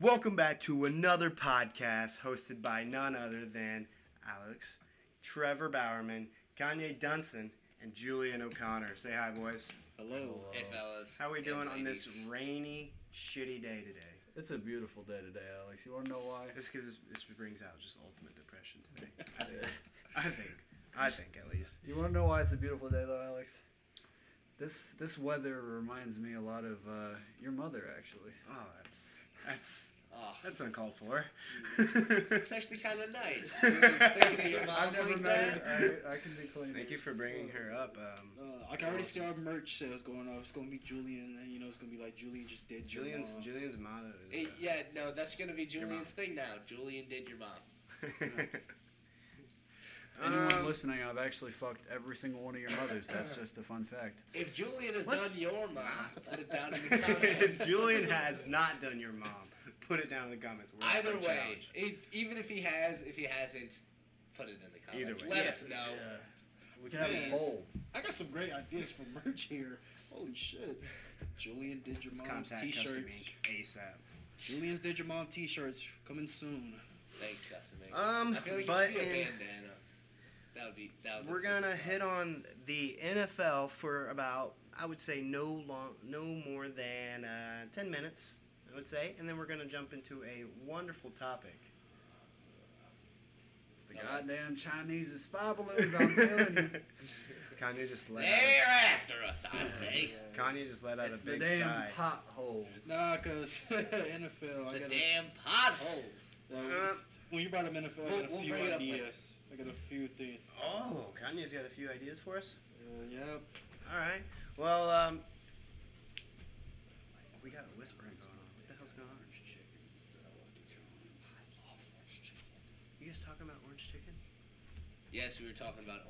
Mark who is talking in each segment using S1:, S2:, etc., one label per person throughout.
S1: Welcome back to another podcast hosted by none other than Alex, Trevor Bowerman, Kanye Dunson, and Julian O'Connor. Say hi, boys.
S2: Hello.
S3: Hey fellas.
S1: How we
S3: Hey,
S1: doing on this
S3: ladies.
S1: rainy, shitty day today?
S2: It's a beautiful day today, Alex. You want to know why?
S1: This gives this brings out just ultimate depression today. I think. I think. I think at least.
S2: You want to know why it's a beautiful day, though, Alex? This this weather reminds me a lot of uh, your mother, actually.
S1: Oh, that's that's
S3: Oh,
S1: that's uncalled for.
S3: it's actually kind of nice. You know, thinking of your mom
S2: I've never
S3: like that.
S2: met her. I, I can declaim.
S1: Thank you for bringing her up. Um,
S4: Uh, like I already see our merch sales going up. It's gonna be Julian, and you know it's gonna be like Julian just did your
S1: Julian's
S4: mom.
S1: Julian's motto is.
S3: Hey,
S1: uh,
S3: Eh, yeah, no, that's gonna be
S1: Your
S3: Julian's thing now. Julian did your mom.
S2: Anyone
S1: uh, Um,
S2: listening, I've actually fucked every single one of your mothers. That's just a fun fact.
S3: If Julian has
S1: Let's-
S3: done your mom, put it down in the
S1: if
S3: comments.
S1: Julian has not done your mom, put it down in the comments. We're up for
S3: Either
S1: a
S3: way,
S1: challenge.
S3: it, even if he has, if he hasn't, put it in the
S1: Either
S3: comments.
S1: way.
S3: Let
S4: Yes,
S3: us know.
S2: Yeah. We
S4: can
S2: can
S4: have
S2: have
S4: a Please.
S2: a
S4: poll.
S2: poll.
S4: I got some great ideas for merch here. Holy shit! Julian did your
S1: Let's
S4: mom's
S1: contact
S4: t-shirts.
S1: Custom Inc.
S4: Julian's did your mom t-shirts coming soon.
S3: Thanks, Justin.
S1: ASAP. Um,
S3: I feel like
S1: but
S3: you should do a
S1: in-
S3: bandana. That would be. That would
S1: we're gonna hit on the NFL for about I would say no long, no more than uh, ten minutes. I would say, and then we're gonna jump into a wonderful topic.
S2: The goddamn Chinese is spy balloons. I'm telling you.
S1: Kanye just let
S3: They're after us, I say.
S1: out, Kanye just let out
S2: It's
S1: a
S2: the
S1: big
S2: damn
S1: sigh.
S2: potholes.
S4: Nah, cause NFL. I
S3: The
S4: got
S3: damn potholes.
S4: Well,
S1: Uh,
S4: when you brought up NFL, I
S3: We'll-
S4: got a
S3: we'll
S4: few
S3: bring it up
S4: ideas. I got a few things. to talk
S1: Oh, Kanye's got a few ideas for us.
S4: Uh, yep.
S1: All right. Well, um, we got a whispering going on. What the hell's going on? You guys talking about orange
S3: Yes, we were talking about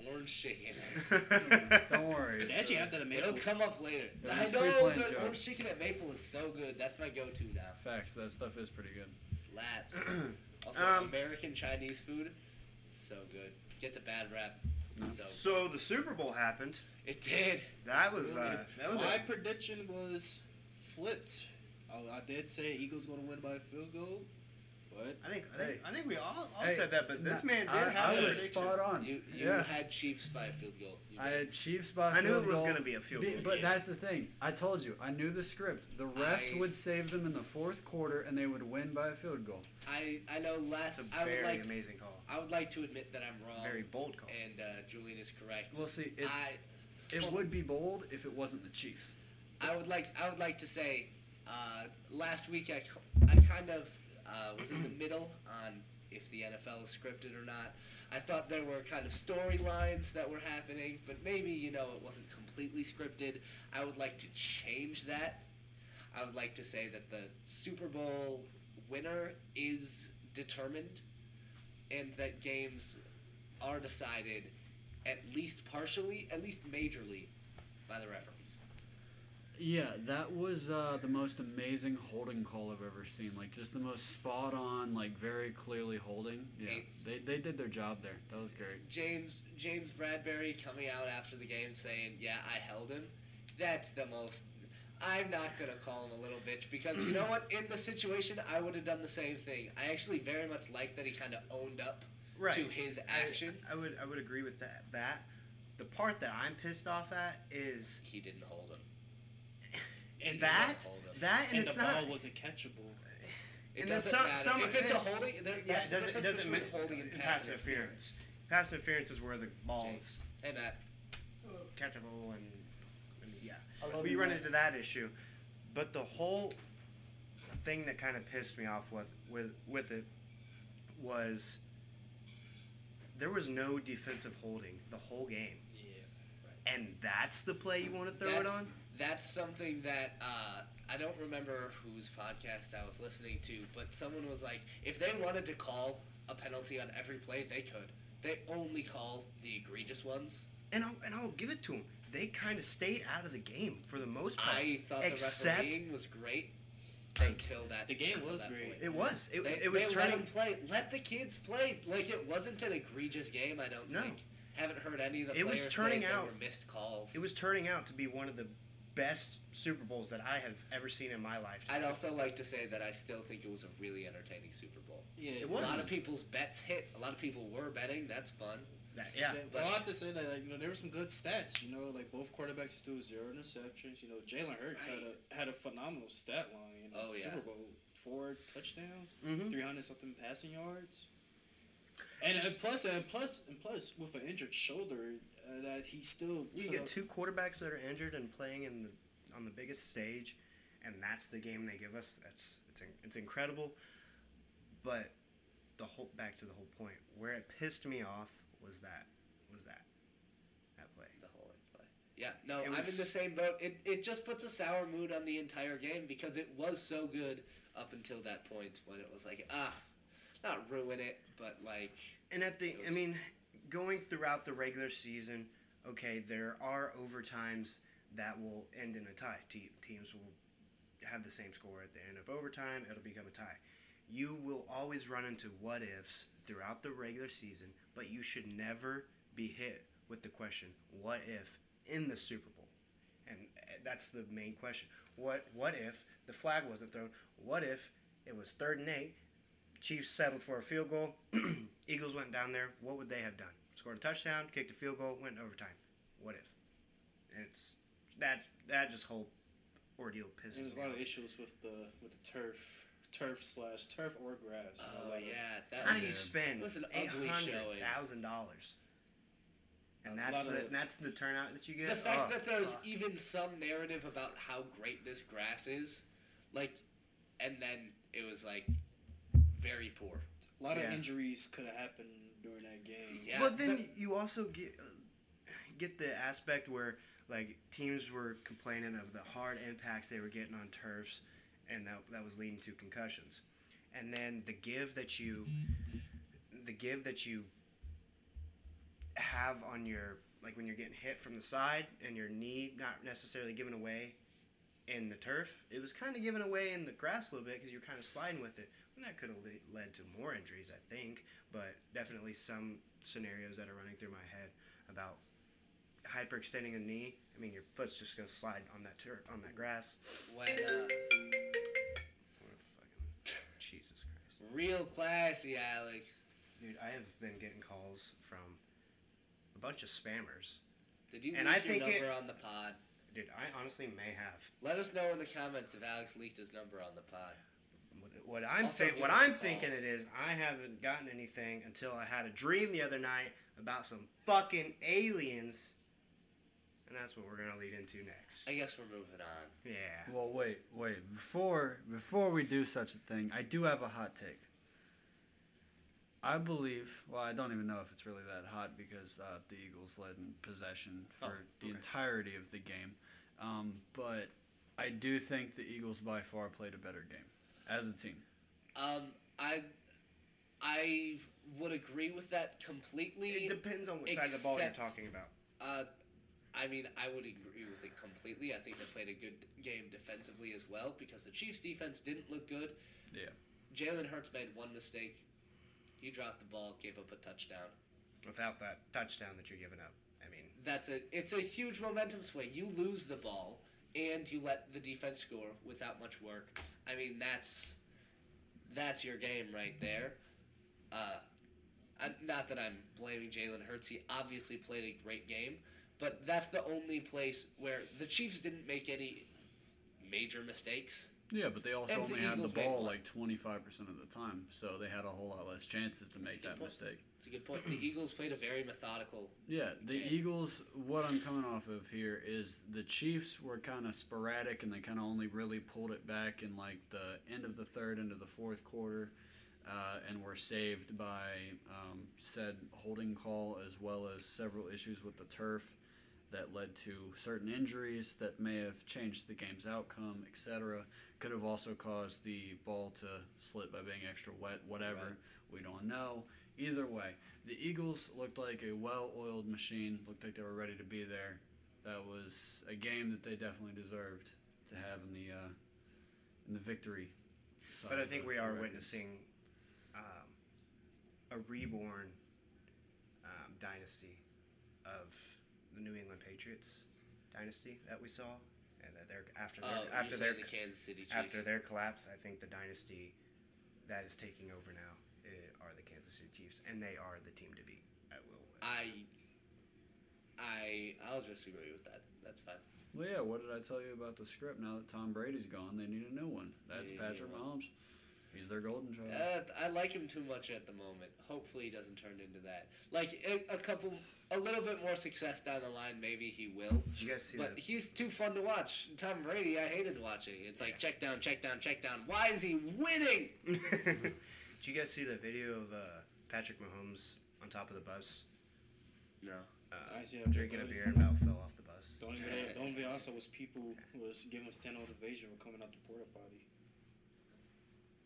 S3: orange chicken.
S1: chicken?
S2: Don't worry.
S4: Did
S2: it's,
S4: you
S2: uh,
S4: have that
S3: It'll
S4: tomato?
S3: come up later.
S2: There's
S3: I
S2: a
S3: know
S2: pre-planned
S3: the
S2: joke.
S3: orange chicken at Maple is so good. That's my go-to now.
S2: Facts. That stuff is pretty good.
S3: Slaps. Also,
S1: Um,
S3: American Chinese food, so good. Gets a bad rap. So
S1: so the Super Bowl happened.
S3: it did.
S1: That was uh, that was
S4: My
S1: a,
S4: prediction was flipped. Oh, I, I did say Eagles gonna win by a field goal, but
S1: I think I think, I think we all, all
S2: Hey,
S1: said that, but this
S2: nah,
S1: man did
S2: I,
S1: have
S2: I
S1: a
S2: was
S1: prediction.
S2: spot on.
S3: You you
S2: yeah.
S3: had Chiefs by a field goal. You
S2: I
S3: did.
S2: had Chiefs by
S1: I knew
S2: field
S1: it was
S2: goal.
S1: gonna be a field
S2: Be-
S1: goal.
S2: But
S3: Yeah.
S2: that's the thing. I told you. I knew the script. The refs
S3: I-
S2: would save them in the fourth quarter, and they would win by a field goal.
S3: I I know
S1: That's
S3: last.
S1: a
S3: I would
S1: very
S3: like
S1: amazing call.
S3: I would like to admit that I'm wrong.
S1: Very bold call.
S3: And uh, Julian is correct.
S2: Well, see, it's,
S3: I
S2: it would be bold if it wasn't the Chiefs.
S3: I would like I would like to say, uh, last week I, k- I kind of uh, was in the middle on if the NFL is scripted or not. I thought there were kind of storylines that were happening, but maybe you know it wasn't completely scripted. I would like to change that. I would like to say that the Super Bowl winner is determined, and that games are decided at least partially, at least majorly, by the referees.
S2: Yeah, that was uh, the most amazing holding call I've ever seen. Like, just the most spot on, like, very clearly holding.
S3: Yeah, It's- they-
S2: did their job there. That was great.
S3: James James Bradbury coming out after the game saying, "Yeah, I held him." That's the most. I'm not gonna call him a little bitch because you know what? In the situation, I would have done the same thing. I actually very much like that he kind of owned up
S1: Right.
S3: to his
S1: I-
S3: action.
S1: I, would I would agree with that. That the part that I'm pissed off at is
S3: He didn't hold him.
S4: and
S1: that
S3: Hold him.
S1: that and,
S4: and
S1: it's
S4: the
S1: not.
S4: ball wasn't catchable.
S3: It
S1: and then
S3: doesn't
S1: some-
S3: matter.
S1: some-
S3: if it's a
S1: and-
S3: holding, there,
S1: Yeah, it
S3: that's
S1: doesn't
S3: the
S1: it
S3: difference
S1: doesn't
S3: between
S1: mean
S3: holding and
S1: pass
S3: passing
S1: interference. Pass interference is where the ball's
S3: interference. Hey Matt,
S1: catchable and I mean, yeah. we run into that issue. But the whole thing that kind of pissed me off with with with it was there was no defensive holding the whole game, and that's the play you want to throw it
S3: That's-
S1: on.
S3: that's something that uh, I don't remember whose podcast I was listening to, but someone was like, if they wanted to call a penalty on every play, they could. They only call the egregious ones.
S1: And I'll, and I'll give it to them. They kind of stayed out of the game for the most
S4: Oh.
S1: part.
S3: I thought
S1: Except-
S3: the refereeing was great
S1: Thank
S3: until that.
S4: The game
S3: until
S4: was
S3: that
S4: great.
S3: point.
S1: it was it,
S3: They,
S1: it was
S3: they let
S1: turning.
S3: them play. Let the kids play. Like it wasn't an egregious game. I don't
S1: No.
S3: think. Haven't heard any of the
S1: It was
S3: players
S1: turning
S3: say there
S1: out-
S3: were missed calls.
S1: It was turning out to be one of the best Super Bowls that I have ever seen in my lifetime.
S3: I'd also like to say that I still think it was a really entertaining Super Bowl.
S4: Yeah,
S1: It
S3: A
S1: was.
S3: lot of people's bets hit. A lot of people were betting. That's fun.
S1: That- yeah.
S4: Well, I have to say that like, you know there were some good stats. You know, like both quarterbacks threw zero interceptions. You know, Jalen Hurts
S3: Right.
S4: had a had a phenomenal stat line. You know,
S3: Oh, yeah. Mm-hmm.
S4: Super Bowl four touchdowns,
S1: Mhm.
S4: three hundred something passing yards. And,
S1: Just-
S4: and plus, and plus, and plus, with an injured shoulder, uh, that he still
S1: You
S4: put
S1: get
S4: up-
S1: two quarterbacks that are injured and playing in the on the biggest stage, and that's the game they give us. That's it's in- it's incredible. But the whole back to the whole point where it pissed me off was that was that that play.
S3: the whole play. Yeah, no,
S1: It
S3: I'm in
S1: was-
S3: the same boat. It, it just puts a sour mood on the entire game because it was so good up until that point when it was like, ah, not ruin it, but like,
S1: And at the,
S3: It
S1: I
S3: was-
S1: mean, going throughout the regular season, okay, there are overtimes that will end in a tie. Te- teams will have the same score at the end of overtime. It'll become a tie. You will always run into what ifs throughout the regular season, but you should never be hit with the question, what if in the Super Bowl? And uh, that's the main question. What what if the flag wasn't thrown? What if it was third and eight Chiefs settled for a field goal. Eagles went down there. What would they have done? Scored a touchdown, kicked a field goal, went in overtime. What if? And it's that that just whole ordeal pisses
S4: There's a
S1: me
S4: lot of
S1: off.
S4: issues with the with the turf, turf slash turf or grass. you know,
S3: oh
S4: like,
S3: yeah, that
S1: How do
S3: was
S1: you
S2: Yeah.
S1: spend
S3: It was an
S1: eight
S3: ugly
S1: hundred
S3: showing.
S1: thousand dollars?
S4: A
S1: And that's
S4: lot of
S1: the
S4: the-
S1: and that's the turnout that you get.
S3: The fact
S1: Oh,
S3: that there's
S1: fuck.
S3: even some narrative about how great this grass is, like, and then it was like very poor.
S4: A lot of
S1: Yeah.
S4: injuries could have happened during that game.
S3: Yeah.
S1: but then
S3: but-
S1: you also get uh, get the aspect where like teams were complaining of the hard impacts they were getting on turfs, and that that was leading to concussions, and then the give that you the give that you have on your like when you're getting hit from the side and your knee not necessarily given away in the turf it was kind of given away in the grass a little bit because you're kind of sliding with it and that could have le- led to more injuries i think but definitely some scenarios that are running through my head about hyperextending a knee i mean your foot's just going to slide on that turf on that grass
S3: When uh,
S1: What a fucking- jesus christ
S3: real classy, Alex.
S1: dude i have been getting calls from a bunch of spammers
S3: Did you
S1: And
S3: leak
S1: I
S3: your
S1: think it-
S3: number on the pod?
S1: dude i honestly may have
S3: Let us know in the comments if Alex leaked his number on the pod.
S1: What- What I'm
S3: Also
S1: think,
S3: give
S1: what
S3: us a
S1: I'm
S3: call.
S1: thinking it is, I haven't gotten anything until I had a dream the other night about some fucking aliens, and that's what we're gonna lead into next.
S3: I guess we're moving on.
S1: Yeah.
S2: Well, wait, wait. Before before we do such a thing, I do have a hot take. I believe. Well, I don't even know if it's really that hot because uh, the Eagles led in possession for
S1: Oh,
S2: the
S1: okay.
S2: entirety of the game. Um, but I do think the Eagles by far played a better game as a team.
S3: Um, I I would agree with that completely.
S1: It depends on which side of the ball you're
S3: except-
S1: talking about.
S3: uh, I mean, I would agree with it completely. I think they played a good game defensively as well because the Chiefs' defense didn't look good.
S2: Yeah.
S3: Jalen Hurts made one mistake. He dropped the ball, gave up a touchdown.
S1: Without that touchdown that you're giving up, I mean,
S3: That's a it's a huge momentum swing. You lose the ball and you let the defense score without much work. I mean that's that's your game right there. Uh, I, not that I'm blaming Jalen Hurts. He obviously played a great game, but that's the only place where the Chiefs didn't make any major mistakes.
S2: Yeah, but they also
S3: And the
S2: only had the
S3: Eagles made
S2: ball
S3: one.
S2: like 25% of the time, so they had a whole lot less chances to
S3: That's a
S2: make
S3: good
S2: that
S3: point.
S2: mistake.
S3: It's a good point. The Eagles played a very methodical.
S2: Yeah, the
S3: game.
S2: Eagles. What I'm coming off of here is the Chiefs were kind of sporadic, and they kind of only really pulled it back in like the end of the third, into the fourth quarter, uh, and were saved by um, said holding call as well as several issues with the turf that led to certain injuries that may have changed the game's outcome, etc. Could have also caused the ball to slip by being extra wet, whatever.
S3: Right.
S2: We don't know. Either way, the Eagles looked like a well oiled machine, looked like they were ready to be there. That was a game that they definitely deserved to have in the uh, in the victory.
S1: but I think we are witnessing
S2: witnessing.
S1: um, a reborn um, dynasty of the New England Patriots dynasty that we saw and that they're after
S3: Oh,
S1: their
S3: you're
S1: after their
S3: saying the Kansas City Chiefs.
S1: after their collapse, I think the dynasty that is taking over now eh, are the Kansas City Chiefs, and they are the team to beat. I will.
S3: I, I, I'll just agree with that. That's fine.
S2: Well, yeah. What did I tell you about the script? Now that Tom Brady's gone, they need a new one. That's
S3: They need a
S2: Patrick
S3: new
S2: Mahomes. He's their golden child.
S3: Uh, I like him too much at the moment. Hopefully, he doesn't turn into that. Like a, a couple, a little bit more success down the line, maybe he will.
S1: Did you guys see
S3: But
S1: that?
S3: he's too fun to watch. Tom Brady, I hated watching. It's like check down, check down, check down. Why is he winning?
S1: Did you guys see the video of uh, Patrick Mahomes on top of the bus
S3: No.
S1: uh,
S4: I see a
S1: drinking a beer
S4: video.
S1: and about fell off the bus?
S4: The only, video, the only video I saw was people was giving us ten elevation for coming out the porta potty.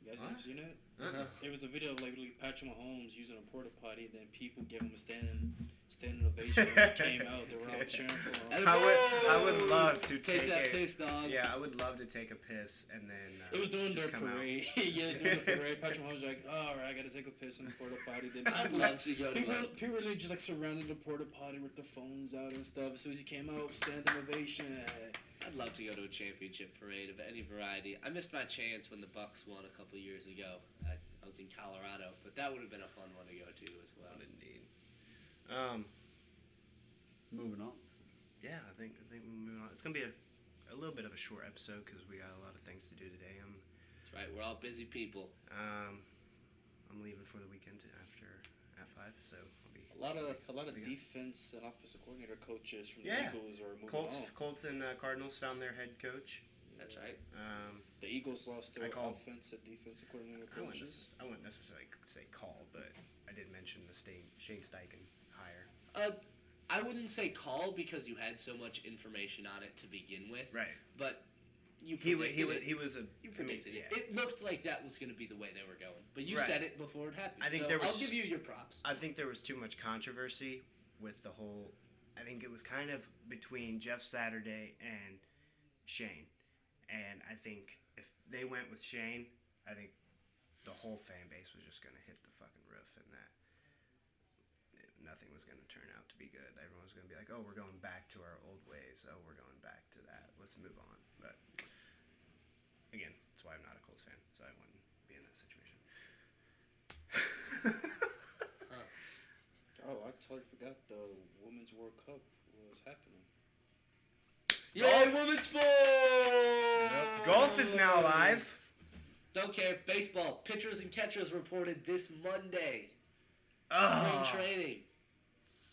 S4: You guys
S1: What?
S4: haven't seen that?
S1: Uh-uh.
S4: There was a video of like literally Patrick Mahomes using a porta potty, then people gave him a standing standing ovation. When he came out, they were all cheering for him.
S1: I would, I would love to
S3: Take,
S1: take,
S3: that
S1: a,
S3: piss, dog.
S1: Yeah, I would love to take a piss and then. Uh,
S4: It was during
S1: just
S4: their
S1: come out.
S4: parade. yeah, it was during the parade. Patrick Mahomes was like, oh, all right, I gotta take a piss in the porta potty. Then
S3: I'd love to go to
S4: people,
S3: one.
S4: people really just like surrounded the porta potty with their phones out and stuff. As soon as he came out, standing ovation.
S3: I'd love to go to a championship parade of any variety. I missed my chance when the Bucks won a couple years ago. I, I was in Colorado, but that would have been a fun one to go to as well.
S1: Indeed. Um,
S2: Moving on.
S1: yeah, I think I think we're moving on. It's gonna be a, a little bit of a short episode because we got a lot of things to do today. I'm
S3: That's right. We're all busy people.
S1: um, I'm leaving for the weekend after at five, so I'll be.
S4: A lot of a lot of
S1: Yeah.
S4: defense and offensive coordinator coaches from
S1: Yeah.
S4: the Eagles are moving
S1: Colts,
S4: on.
S1: Colts and uh, Cardinals found their head coach.
S3: That's right.
S1: Um,
S4: The Eagles lost
S1: I
S4: their
S1: called-
S4: offensive defensive coordinator
S1: I wouldn't,
S4: coaches.
S1: necess- I wouldn't necessarily say call, but I did mention the Shane, Shane Steichen hire.
S3: Uh, I wouldn't say call because you had so much information on it to begin with.
S1: Right.
S3: But you
S1: He
S3: predicted
S1: was, he was,
S3: it.
S1: he was a.
S3: you
S1: I mean,
S3: predicted it.
S1: yeah.
S3: It looked like that was going to be the way they were going, but you
S1: Right.
S3: said it before it happened.
S1: I think
S3: so
S1: there was-
S3: I'll give you your props.
S1: I think there was too much controversy with the whole. I think it was kind of between Jeff Saturday and Shane, and I think if they went with Shane, I think the whole fan base was just going to hit the fucking roof, and that nothing was going to turn out to be good. Everyone was going to be like, "Oh, we're going back to our old ways. Oh, we're going back to that. Let's move on." But again, that's why I'm not a Colts fan, so I wouldn't be in that situation.
S4: Oh, I totally forgot the Women's World Cup was happening.
S3: Yay, women's sports!
S1: Golf is now live.
S3: Don't care. Baseball pitchers and catchers reported this Monday.
S1: Oh.
S3: Spring training. It's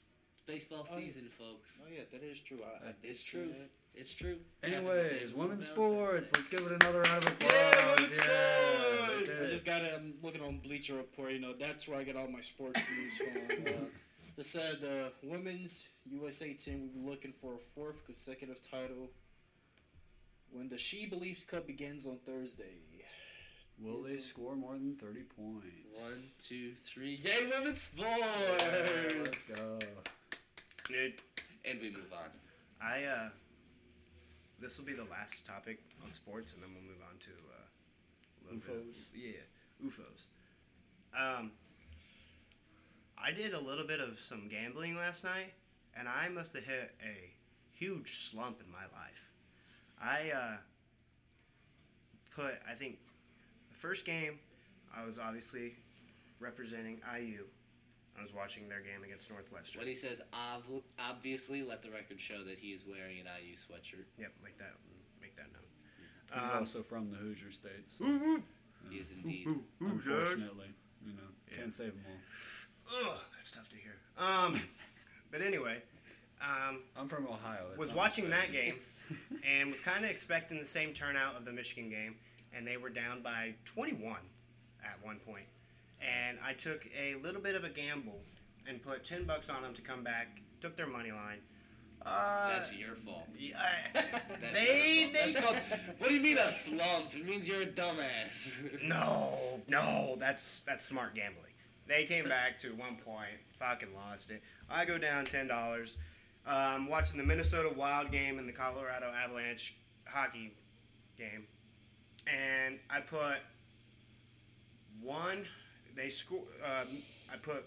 S3: baseball
S4: Oh.
S3: season, folks.
S4: Oh yeah, that is true. I, I did
S3: It's
S4: see
S3: true.
S4: that.
S3: It's true.
S2: Anyways,
S3: Valentine's
S2: women's sports.
S3: Day.
S2: Let's give it another round of applause.
S3: Yeah, women's
S2: Yeah, they
S3: sports.
S2: did
S4: I
S2: it.
S4: just got it. I'm looking on Bleacher Report. You know, that's where I get all my sports news from. Uh, they said uh, women's USA team will be looking for a fourth consecutive title when the She Believes Cup begins on Thursday.
S2: Will they score more than 30 points?
S3: One, two, three. Yay, women's sports!
S2: Let's go.
S1: Dude,
S3: And we move on.
S1: I uh, this will be the last topic on sports, and then we'll move on to uh, a little bit of-
S2: UFOs.
S1: yeah, UFOs. Um, I did a little bit of some gambling last night, and I must have hit a huge slump in my life. I uh, put, I think, the first game, I was obviously representing IU. I was watching their game against Northwestern.
S3: When he says ob- obviously, let the record show that he is wearing an IU sweatshirt.
S1: Yep, make that make that known.
S2: He's
S1: Um,
S2: also from the Hoosier State. So
S1: Woo, woo,
S3: He is indeed.
S1: woo, woo, Josh.
S2: unfortunately, you know,
S1: Yeah.
S2: can't save them all.
S1: Ugh, that's tough to hear. Um, but anyway, um,
S2: I'm from Ohio. it's
S1: was
S2: not
S1: watching
S2: fair.
S1: that game and was kind of expecting the same turnout of the Michigan game, and they were down by 21 at one point. And I took a little bit of a gamble and put 10 bucks on them to come back. Took their money line. Uh,
S3: That's your fault.
S1: yeah, I-
S3: That's
S1: they they
S3: your fault. That's called- what do you mean a slump? It means you're a dumbass.
S1: No, no, that's that's smart gambling. They came back to one point, fucking lost it. I go down ten dollars. Um, watching the Minnesota Wild game and the Colorado Avalanche hockey game, and I put one. They score. Um, I put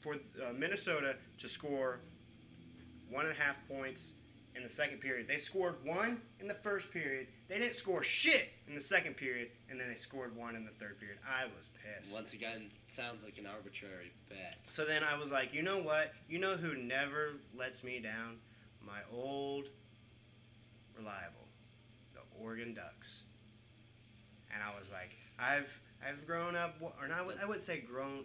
S1: for uh, Minnesota to score one and a half points in the second period. They scored one in the first period. They didn't score shit in the second period, and then they scored one in the third period. I was pissed.
S3: Once again, sounds like an arbitrary bet.
S1: So then I was like, you know what? You know who never lets me down? My old reliable, the Oregon Ducks. And I was like, I've I've grown up, wa- or not, I would- I would say grown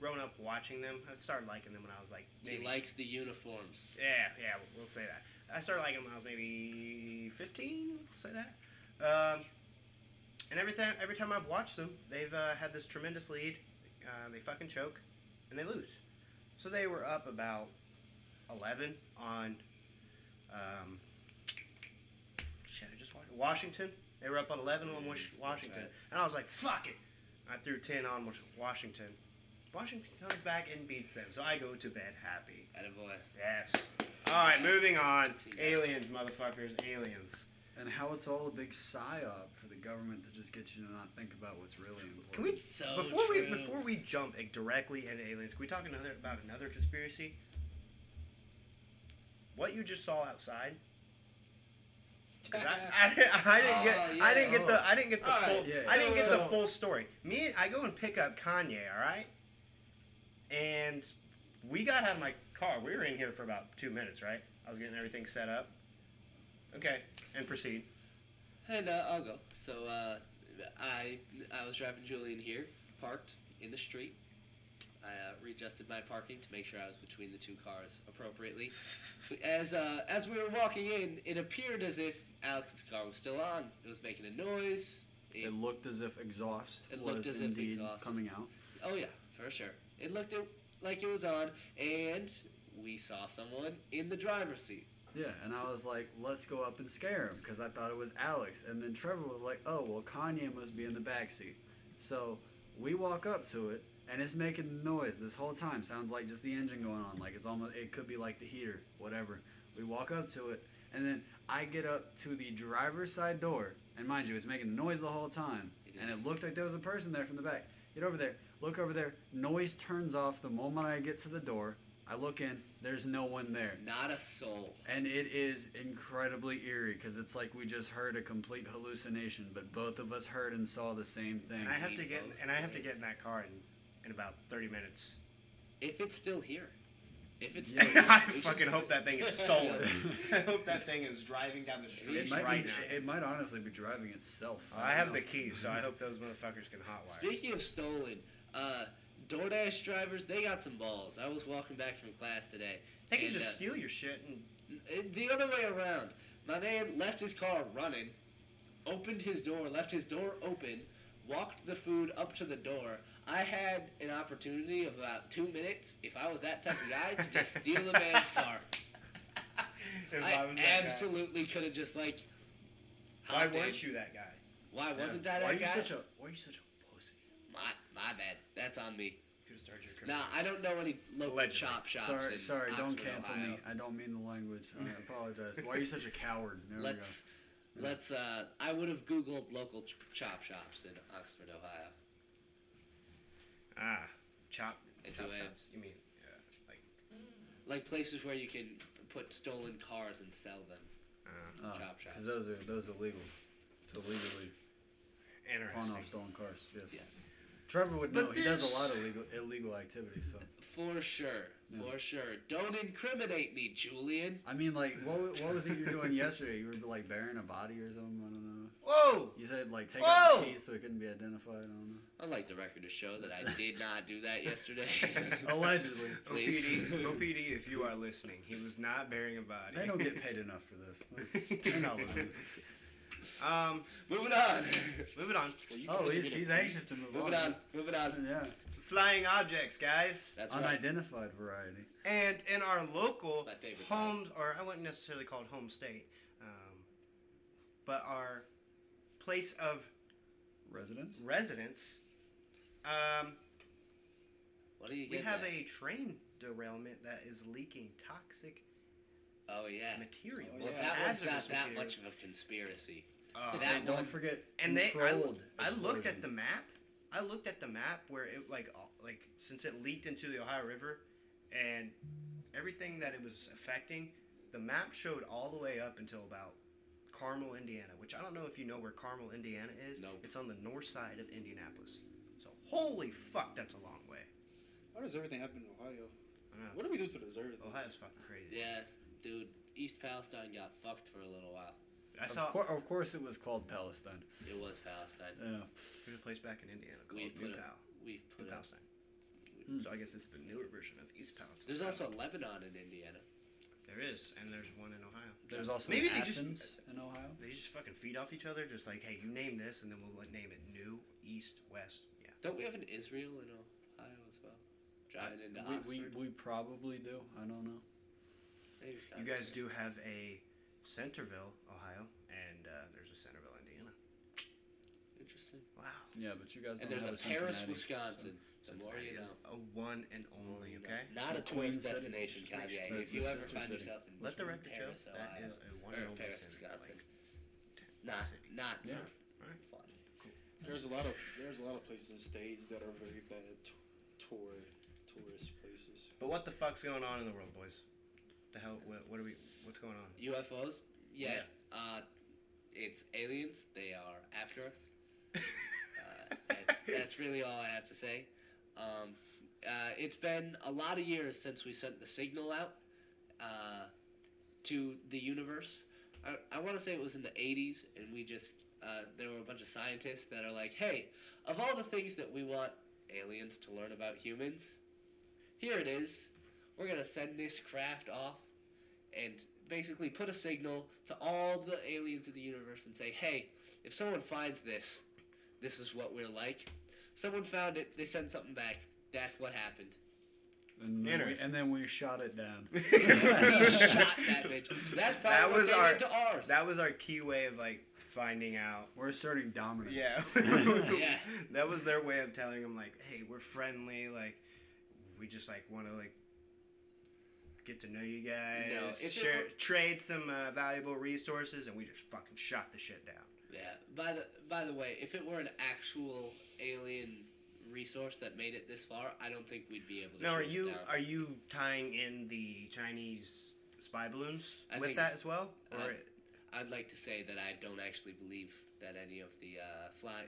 S1: grown up watching them. I started liking them when I was like
S3: He
S1: maybe
S3: likes the uniforms.
S1: yeah, yeah, we'll say that. I started liking him when I was maybe 15, we'll say that. Um, and every time, every time I've watched them, they've uh, had this tremendous lead. Uh, they fucking choke, and they lose. So they were up about 11 on. Um, shit, I just watched Washington. They were up on 11 on Wash- Washington.
S3: right.
S1: And I was like, fuck it. I threw 10 on Wash- Washington. Washington comes back and beats them, so I go to bed happy.
S3: Attaboy.
S1: Yes. All right, moving on. Aliens, motherfuckers, aliens.
S2: And how it's all a big psyop for the government to just get you to not think about what's really important.
S1: Can we
S3: So
S1: before we
S3: true.
S1: before we jump like, directly into aliens? Can we talk another about another conspiracy? What you just saw outside? 'Cause I, I, didn't- I didn't get
S3: Oh,
S1: I didn't
S2: yeah.
S1: get the I didn't get the
S5: All
S1: full
S5: right,
S2: yeah.
S1: I didn't get the
S5: So-
S1: full story. Me and I go and pick up Kanye, all right, and we got out of my car. We were in here for about two minutes, right? I was getting everything set up. Okay, and proceed.
S3: And uh, I'll go. So uh, I I was driving Julian here, parked in the street. I uh, readjusted my parking to make sure I was between the two cars appropriately. As uh, as we were walking in, it appeared as if Alex's car was still on. It was making a noise. It-
S2: It looked as if exhaust
S3: It looked
S2: was
S3: as if
S2: indeed
S3: exhaust is-
S2: coming out.
S3: Oh yeah, for sure. It looked it, like it was on, and we saw someone in the driver's seat.
S2: Yeah, and I was like, let's go up and scare him because I thought it was Alex. And then Trevor was like, oh, well, Kanye must be in the backseat. So we walk up to it, and it's making noise this whole time. Sounds like just the engine going on. Like it's almost, it could be like the heater, whatever. We walk up to it, and then I get up to the driver's side door. And mind you, it's making noise the whole time.
S3: It
S2: and
S3: is.
S2: it looked like there was a person there from the back. Get over there. Look over there. Noise turns off the moment I get to the door. I look in. There's no one there.
S3: Not a soul.
S2: And it is incredibly eerie because it's like we just heard a complete hallucination, but both of us heard and saw the same thing.
S1: And I have
S3: We
S1: to get
S3: both
S1: and I have to
S3: did.
S1: get in that car in, in about thirty minutes.
S3: If it's still here. If it's still here.
S1: I
S3: we should
S1: fucking
S3: sp-
S1: hope that thing is stolen. I hope that thing is driving down the
S2: it
S1: street
S2: might,
S1: right
S2: be,
S1: now.
S2: it might honestly be driving itself.
S1: I
S2: don't
S1: have
S2: know.
S1: the key, so I hope those motherfuckers can hotwire.
S3: Speaking of stolen, uh, DoorDash drivers, they got some balls. I was walking back from class today.
S1: They can
S3: and,
S1: just
S3: uh,
S1: steal your shit and
S3: N- The other way around. My man left his car running, opened his door, left his door open, walked the food up to the door. I had an opportunity of about two minutes, if I was that type of guy, to just steal the man's car.
S1: if
S3: I,
S1: I was that guy.
S3: absolutely could have just like.
S1: Why
S3: hopped in.
S1: weren't you that guy?
S3: Why
S2: Yeah.
S3: wasn't I that
S2: why are
S3: guy?
S2: you such a Why are you such a pussy?
S3: my my bad. That's on me.
S1: Could have started your career.
S3: Nah, I don't know any local
S1: Allegedly.
S3: chop shops.
S2: sorry,
S3: in
S2: sorry, don't
S3: Oxford,
S2: cancel
S3: Ohio.
S2: me. I don't mean the language. I apologize. Why are you such a coward? There we go.
S3: Let's let's. Uh, I would have googled local ch- chop shops in Oxford, Ohio.
S1: Ah, chop.
S3: It's
S1: chop
S3: a way-
S1: shops. You mean yeah, like
S3: Like places where you can put stolen cars and sell them.
S1: uh,
S2: Oh,
S3: chop shops.
S2: 'cause those are those are legal. To legally pawn
S1: interesting.
S2: off stolen cars. Yes.
S3: Yes,
S2: Trevor would know.
S1: But
S2: He does
S1: this-
S2: a lot of legal illegal activities. So.
S3: for sure,
S2: Yeah.
S3: for sure. Don't incriminate me, Julian.
S2: I mean, like, what, wa- what was it you were doing yesterday? You were like burying a body or something. I don't know.
S1: Whoa!
S2: You said like take out
S1: Whoa!
S2: the teeth so it couldn't be identified. I don't
S3: I'd like the record to show that I did not do that yesterday.
S2: know. Allegedly,
S3: Please.
S1: OPD, OPD, if you are listening, he was not bearing a body.
S2: they don't get paid enough for this. They're not listening.
S1: um,
S3: Moving on.
S1: moving on.
S5: Well, you
S2: Oh,
S5: guys are
S2: he's,
S5: gonna
S2: he's
S5: beat-
S2: anxious to move on.
S3: Moving on. Moving on.
S2: Yeah,
S1: Flying objects, guys.
S3: That's right.
S2: unidentified variety.
S1: And in our local
S3: My favorite type.
S1: home, or I wouldn't necessarily call it home state, um, but our place of
S2: Residents.
S1: residence, um,
S3: What are you
S1: we
S3: getting?
S1: have
S3: at?
S1: a train derailment that is leaking toxic
S3: Oh yeah.
S1: material.
S5: Oh,
S3: Well,
S5: yeah.
S3: that one's
S1: hazardous
S3: not that
S1: material.
S3: much of a conspiracy.
S1: Uh,
S3: that
S2: Hey, don't
S3: one-
S2: forget.
S1: and they, I,
S2: controlled
S1: I looked at
S2: explosion.
S1: the map. I looked at the map where it like all- like since it leaked into the Ohio River, and everything that it was affecting, the map showed all the way up until about Carmel, Indiana, which I don't know if you know where Carmel, Indiana is.
S3: No.
S1: It's on the north side of Indianapolis. So holy fuck, that's a long way.
S5: Why does everything happen in Ohio?
S1: I don't know.
S5: What do we do to deserve this?
S1: Ohio's fucking crazy.
S3: Yeah, dude, East Palestine got fucked for a little while.
S1: I saw
S2: Of, cour- of course, it was called Palestine.
S3: It was Palestine.
S2: Yeah.
S1: there's a place back in Indiana called
S3: We
S1: New
S3: put
S1: Pal,
S3: up. We
S1: New
S3: put up.
S1: Palestine.
S2: Hmm.
S1: So I guess it's the newer version of East Palestine.
S3: There's also a Lebanon in Indiana.
S1: there is, and there's one in Ohio.
S2: There's also
S1: Maybe they just-
S2: Athens in Ohio.
S1: They just fucking feed off each other, just like, hey, you name this, and then we'll like, name it New East West. Yeah.
S3: Don't we have an Israel in Ohio as well? Driving into Oxford.
S2: we, we, we probably do. I don't know.
S3: Maybe it's not
S1: You guys
S3: Israel.
S1: do have a Centerville, Ohio, and uh, there's a Centerville, Indiana.
S3: Interesting.
S1: Wow.
S2: Yeah, but you guys
S3: And
S2: don't
S3: there's
S2: have
S3: a
S2: a
S3: Paris,
S2: Cincinnati,
S3: Wisconsin. The more
S1: Cincinnati
S3: you know.
S1: is a one and only, okay?
S3: Not a
S2: Queen
S3: tourist
S2: City.
S3: destination,
S2: Just make sure
S3: Kanye.
S2: that
S3: If you
S2: the
S3: ever
S2: sister
S3: find
S2: city.
S3: yourself in
S1: Let the record show
S3: Paris,
S1: that
S3: Ohio,
S1: is a one
S3: or
S1: and only
S3: Paris,
S1: city.
S3: Wisconsin.
S1: Like,
S3: Not,
S1: city.
S3: not
S2: Yeah.
S3: for
S1: Alright.
S3: fun.
S5: There's a lot of there's a lot of places in states that are very bad t- tour tourist places.
S1: But what the fuck's going on in the world, boys? The hell? What, what are we? What's going on?
S3: UFOs? Yeah. Uh, it's aliens. They are after us. Uh, that's, that's really all I have to say. Um, uh, it's been a lot of years since we sent the signal out uh, to the universe. I, I want to say it was in the 80s, and we just, uh, there were a bunch of scientists that are like, hey, of all the things that we want aliens to learn about humans, here it is. We're going to send this craft off and basically put a signal to all the aliens of the universe and say, hey, if someone finds this, this is what we're like. Someone found it, they sent something back. That's what happened.
S2: And then, we,
S1: Interesting.
S2: and then we shot it down.
S3: he shot that bitch. That's probably
S1: That
S3: what
S1: was
S3: they
S1: our-
S3: did to ours.
S1: That was our key way of like finding out.
S2: We're asserting dominance.
S1: Yeah.
S3: Yeah.
S1: That was their way of telling them like, hey, we're friendly. Like, we just like want to like get to know you guys,
S3: No, if it
S1: share,
S3: were-
S1: trade some uh, valuable resources, and we just fucking shot the shit down.
S3: yeah. By the by the way, if it were an actual alien resource that made it this far, I don't think we'd be able to.
S1: Now, are
S3: shoot it
S1: you
S3: down.
S1: are you tying in the Chinese spy balloons
S3: I
S1: with
S3: think-
S1: that as well, or
S3: I-
S1: it-
S3: I'd like to say that I don't actually believe that any of the uh, fly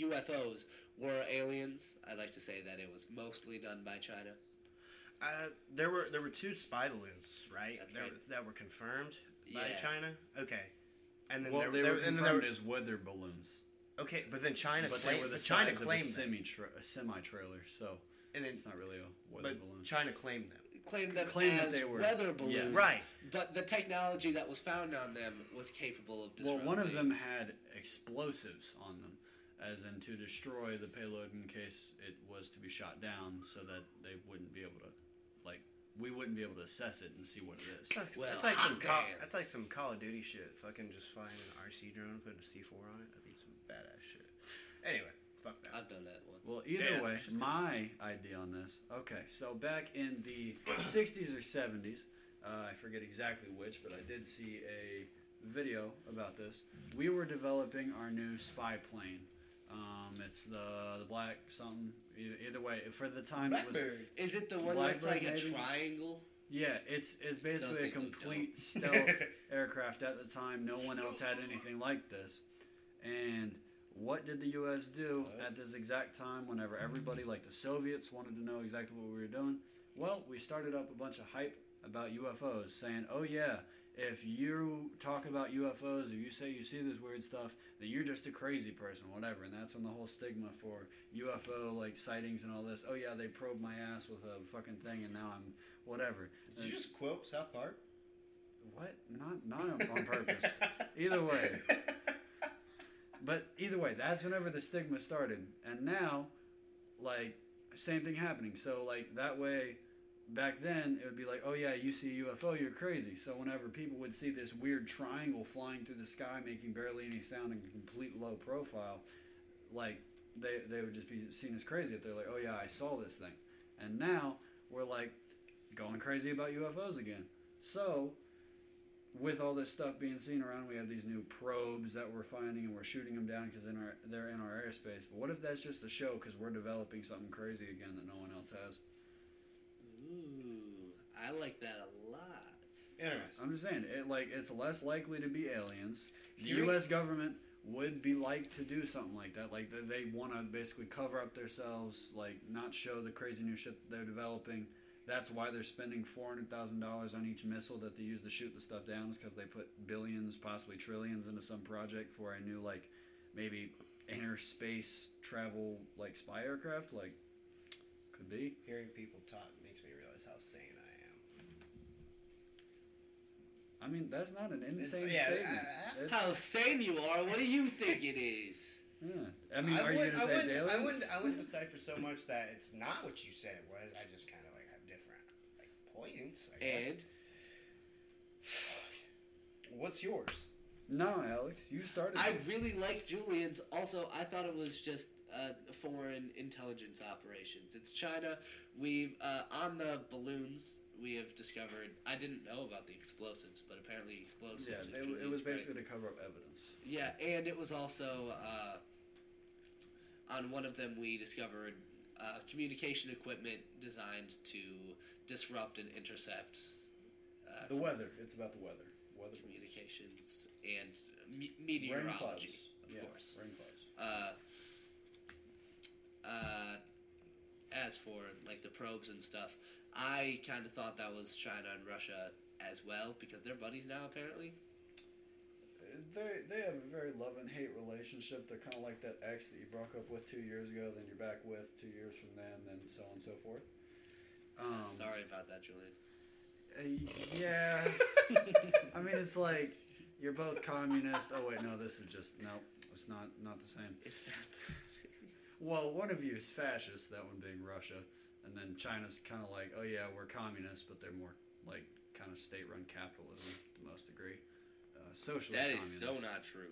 S3: UFOs were aliens. I'd like to say that it was mostly done by China.
S1: uh, there were there were two spy balloons, right?
S3: That's
S1: There,
S3: right.
S1: That were confirmed by
S3: yeah.
S1: China. Okay, and then
S2: well,
S1: there,
S2: they
S1: there-
S2: were
S1: and then there
S2: confirmed as weather balloons,
S1: were- okay, but then China
S2: but they
S1: claimed
S2: were the
S1: China
S2: size of a
S1: claimed them,
S2: semi semi trailer, so
S1: and then
S2: it's not really a weather
S1: but
S2: balloon.
S1: China claimed them.
S3: Claimed them
S2: Claimed that
S3: as
S2: they were-
S3: weather
S2: yeah.
S3: balloons,
S1: Right.
S3: But the technology that was found on them was capable of
S2: Well,
S3: disrupting.
S2: one of them had explosives on them, as in to destroy the payload in case it was to be shot down, so that they wouldn't be able to, like, we wouldn't be able to assess it and see what it is.
S1: It's like,
S3: Well,
S1: that's like some
S3: hot
S1: call,
S3: damn.
S1: that's like some Call of Duty shit. Fucking just flying an RC drone, and putting a C four on it. That'd be some badass shit. Anyway, fuck that.
S3: I've done that once.
S2: Well, either
S1: Yeah,
S2: way,
S1: it's just kinda-
S2: my idea on this. Okay, so back in the 60s or 70s, uh, I forget exactly which, but I did see a video about this. We were developing our new spy plane. Um, it's the, the black something. E- Either way, for the time it was.
S3: Is it the one that's
S2: Blackbird,
S3: like a
S2: maybe?
S3: triangle?
S2: Yeah, it's it's basically a
S3: things look
S2: complete stealth aircraft at the time. No one else had anything like this. And what did the U.S. do at this exact time? Whenever everybody, like the Soviets, wanted to know exactly what we were doing, well, we started up a bunch of hype about UFOs, saying, "Oh yeah, if you talk about UFOs, if you say you see this weird stuff, then you're just a crazy person, whatever." And that's when the whole stigma for UFO like sightings and all this. Oh yeah, they probed my ass with a fucking thing, and now I'm whatever.
S1: Did you just quote South Park?
S2: What? Not not on purpose. Either way. But either way, that's whenever the stigma started. And now, like, same thing happening. So, like, that way, back then, it would be like, oh, yeah, you see a UFO, you're crazy. So, whenever people would see this weird triangle flying through the sky, making barely any sound and complete low profile, like, they, they would just be seen as crazy if they're like, oh, yeah, I saw this thing. And now, we're like, going crazy about UFOs again. So, with all this stuff being seen around, we have these new probes that we're finding and we're shooting them down because they're in our airspace. But what if that's just a show because we're developing something crazy again that no one else has?
S3: Ooh, I like that a lot.
S1: Interesting.
S2: I'm just saying, it like it's less likely to be aliens. The
S1: Here-
S2: U.S. government would be like to do something like that, like they, they want to basically cover up themselves, like not show the crazy new shit that they're developing. That's why they're spending four hundred thousand dollars on each missile that they use to shoot the stuff down, is because they put billions, possibly trillions, into some project for a new like maybe inner space travel like spy aircraft, like could be.
S1: Hearing people talk makes me realize how sane I am.
S2: I mean, that's not an insane
S1: yeah,
S2: statement.
S1: I- I-
S2: It's-
S3: How sane you are! What do you think it is?
S2: Yeah. I mean, are you
S1: wouldn't-
S2: gonna say it's
S1: I wouldn't,
S2: aliens?
S1: I wouldn't. I wouldn't decipher so much that it's not what you said it was. I just kind of like have different like points. I guess.
S3: And
S1: what's yours?
S2: No, Alex, you started.
S3: I
S2: this.
S3: really like Julian's. Also, I thought it was just uh, foreign intelligence operations. It's China. We've uh, on the balloons. We have discovered. I didn't know about the explosives, but apparently explosives.
S2: yeah,
S3: is
S2: it, it
S3: Julian's
S2: was
S3: brain.
S2: basically to cover up evidence.
S3: Yeah, and it was also uh, on one of them we discovered uh, communication equipment designed to disrupt and intercept uh,
S2: The weather. It's about the weather. Weather.
S3: communications and me-
S2: Rain clouds.
S3: meteorology, of
S2: yeah,
S3: course.
S2: rain clouds.
S3: uh, uh, as for like the probes and stuff, I kind of thought that was China and Russia as well because they're buddies now apparently.
S2: Uh, They they have a very love and hate relationship. They're kind of like that ex that you broke up with two years ago, then you're back with two years from then, then so on and so forth. Um,
S3: Sorry about that, Julian.
S2: uh, yeah. I mean, it's like you're both communist. Oh wait, no, this is just no. It's not not the same.
S3: It's
S2: Well, one of you is fascist, that one being Russia, and then China's kind of like, oh yeah, we're communists, but they're more like kind of state-run capitalism to most degree. Uh, socialist.
S3: that is
S2: communist.
S3: so not true.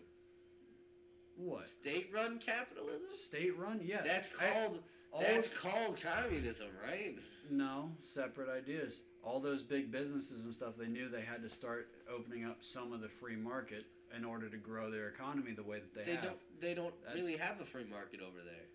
S2: What?
S3: State-run capitalism?
S2: State-run? Yeah.
S3: That's
S2: I-
S3: called
S2: all
S3: that's
S2: those-
S3: called communism, right?
S2: no separate ideas. All those big businesses and stuff, they knew they had to start opening up some of the free market in order to grow their economy the way that they,
S3: They
S2: have.
S3: don't they don't
S2: That's-
S3: really have a free market over there.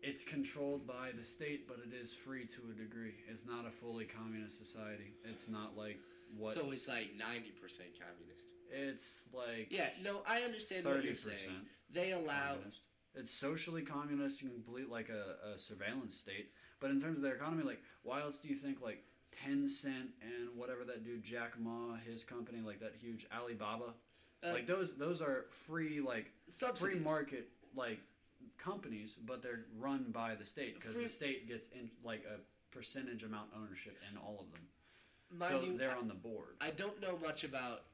S2: It's controlled by the state, but it is free to a degree. It's not a fully communist society. It's not like what
S3: So it's like 90% communist.
S2: It's like
S3: Yeah, no, I understand what you're saying. They allow
S2: communist. It's socially communist and complete like a, a surveillance state. But in terms of their economy, like why else do you think like Tencent and whatever that dude Jack Ma, his company, like that huge Alibaba,
S3: uh,
S2: like those those are free like free
S3: subsidies.
S2: market like companies, but they're run by the state because
S3: Free-
S2: the state gets in like a percentage amount ownership in all of them.
S3: Mind
S2: so
S3: you,
S2: they're on the board.
S3: I don't know much about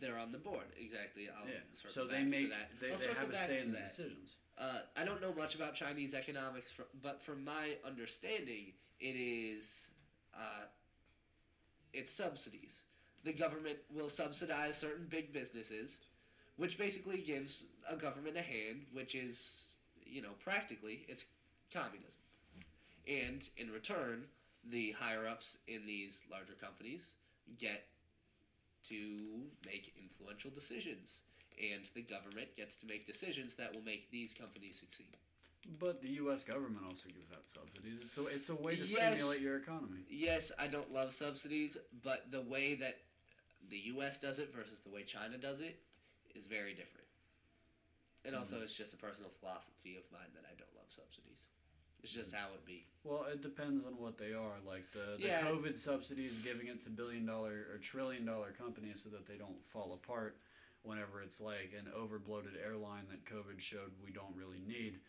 S3: they're on the board exactly. I'll
S2: yeah.
S3: circle
S2: So they
S3: back to
S2: make
S3: that.
S2: they,
S3: I'll
S2: they
S3: circle
S2: have a
S3: back
S2: say
S3: to
S2: in the
S3: that.
S2: decisions.
S3: Uh, I don't know much about Chinese economics, fr- but from my understanding, it is uh, it's subsidies. The government will subsidize certain big businesses, which basically gives a government a hand, which is you know practically it's communism. And in return, the higher ups in these larger companies get to make influential decisions and the government gets to make decisions that will make these companies succeed.
S2: But the U.S. government also gives out subsidies. It's a it's a way to
S3: Yes.
S2: stimulate your economy.
S3: Yes, I don't love subsidies, but the way that the US does it versus the way China does it is very different. And
S2: Mm-hmm.
S3: also, it's just a personal philosophy of mine that I don't love subsidies. It's just
S2: Mm-hmm.
S3: how it be.
S2: Well, it depends on what they are. Like the, the
S3: Yeah.
S2: COVID subsidies, giving it to billion dollar or trillion dollar companies so that they don't fall apart. Whenever it's like an overbloated airline that COVID showed we don't really need,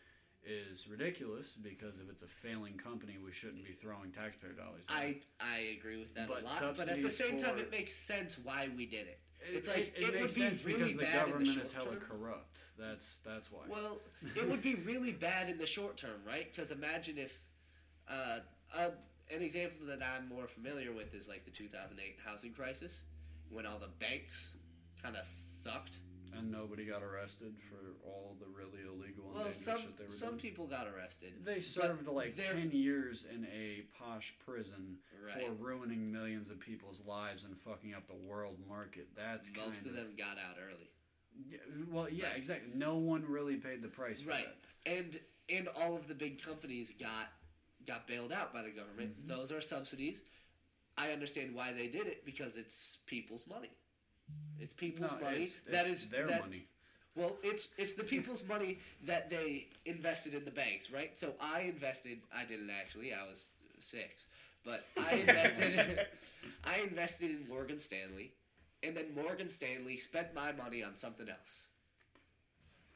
S2: is ridiculous because if it's a failing company, we shouldn't be throwing taxpayer dollars. at
S3: I,
S2: it.
S3: I agree with that
S2: But
S3: a lot, but at the
S2: subsidies
S3: same time,
S2: for-
S3: it makes sense why we did it.
S2: It-
S3: it's like,
S2: it, it
S3: it would
S2: makes
S3: be
S2: sense
S3: really
S2: because the
S3: bad in the
S2: government is
S3: short
S2: hella
S3: term.
S2: corrupt. That's that's why.
S3: Well, it would be really bad in the short term, right? Because imagine if uh, uh, an example that I'm more familiar with is like the 2008 housing crisis, when all the banks kind of sucked.
S2: and nobody got arrested for all the really illegal and
S3: Well,
S2: dangerous
S3: some
S2: shit they were
S3: some
S2: doing.
S3: people got arrested.
S2: They served like
S3: they're-
S2: ten years in a posh prison
S3: Right.
S2: for ruining millions of people's lives and fucking up the world market. That's
S3: Most
S2: kind
S3: of them got out early.
S2: Yeah, well, yeah,
S3: Right.
S2: exactly. No one really paid the price for
S3: Right.
S2: that.
S3: And and
S2: Mm-hmm.
S3: all of the big companies got got bailed out by the government. Those are subsidies. I understand why they did it because it's people's money. It's people's
S2: No,
S3: money.
S2: it's-
S3: that
S2: it's
S3: is
S2: their
S3: that-
S2: money.
S3: Well, it's it's the people's money that they invested in the banks, right? So I invested. I didn't actually. I was six, but I invested. I invested in Morgan Stanley, and then Morgan Stanley spent my money on something else.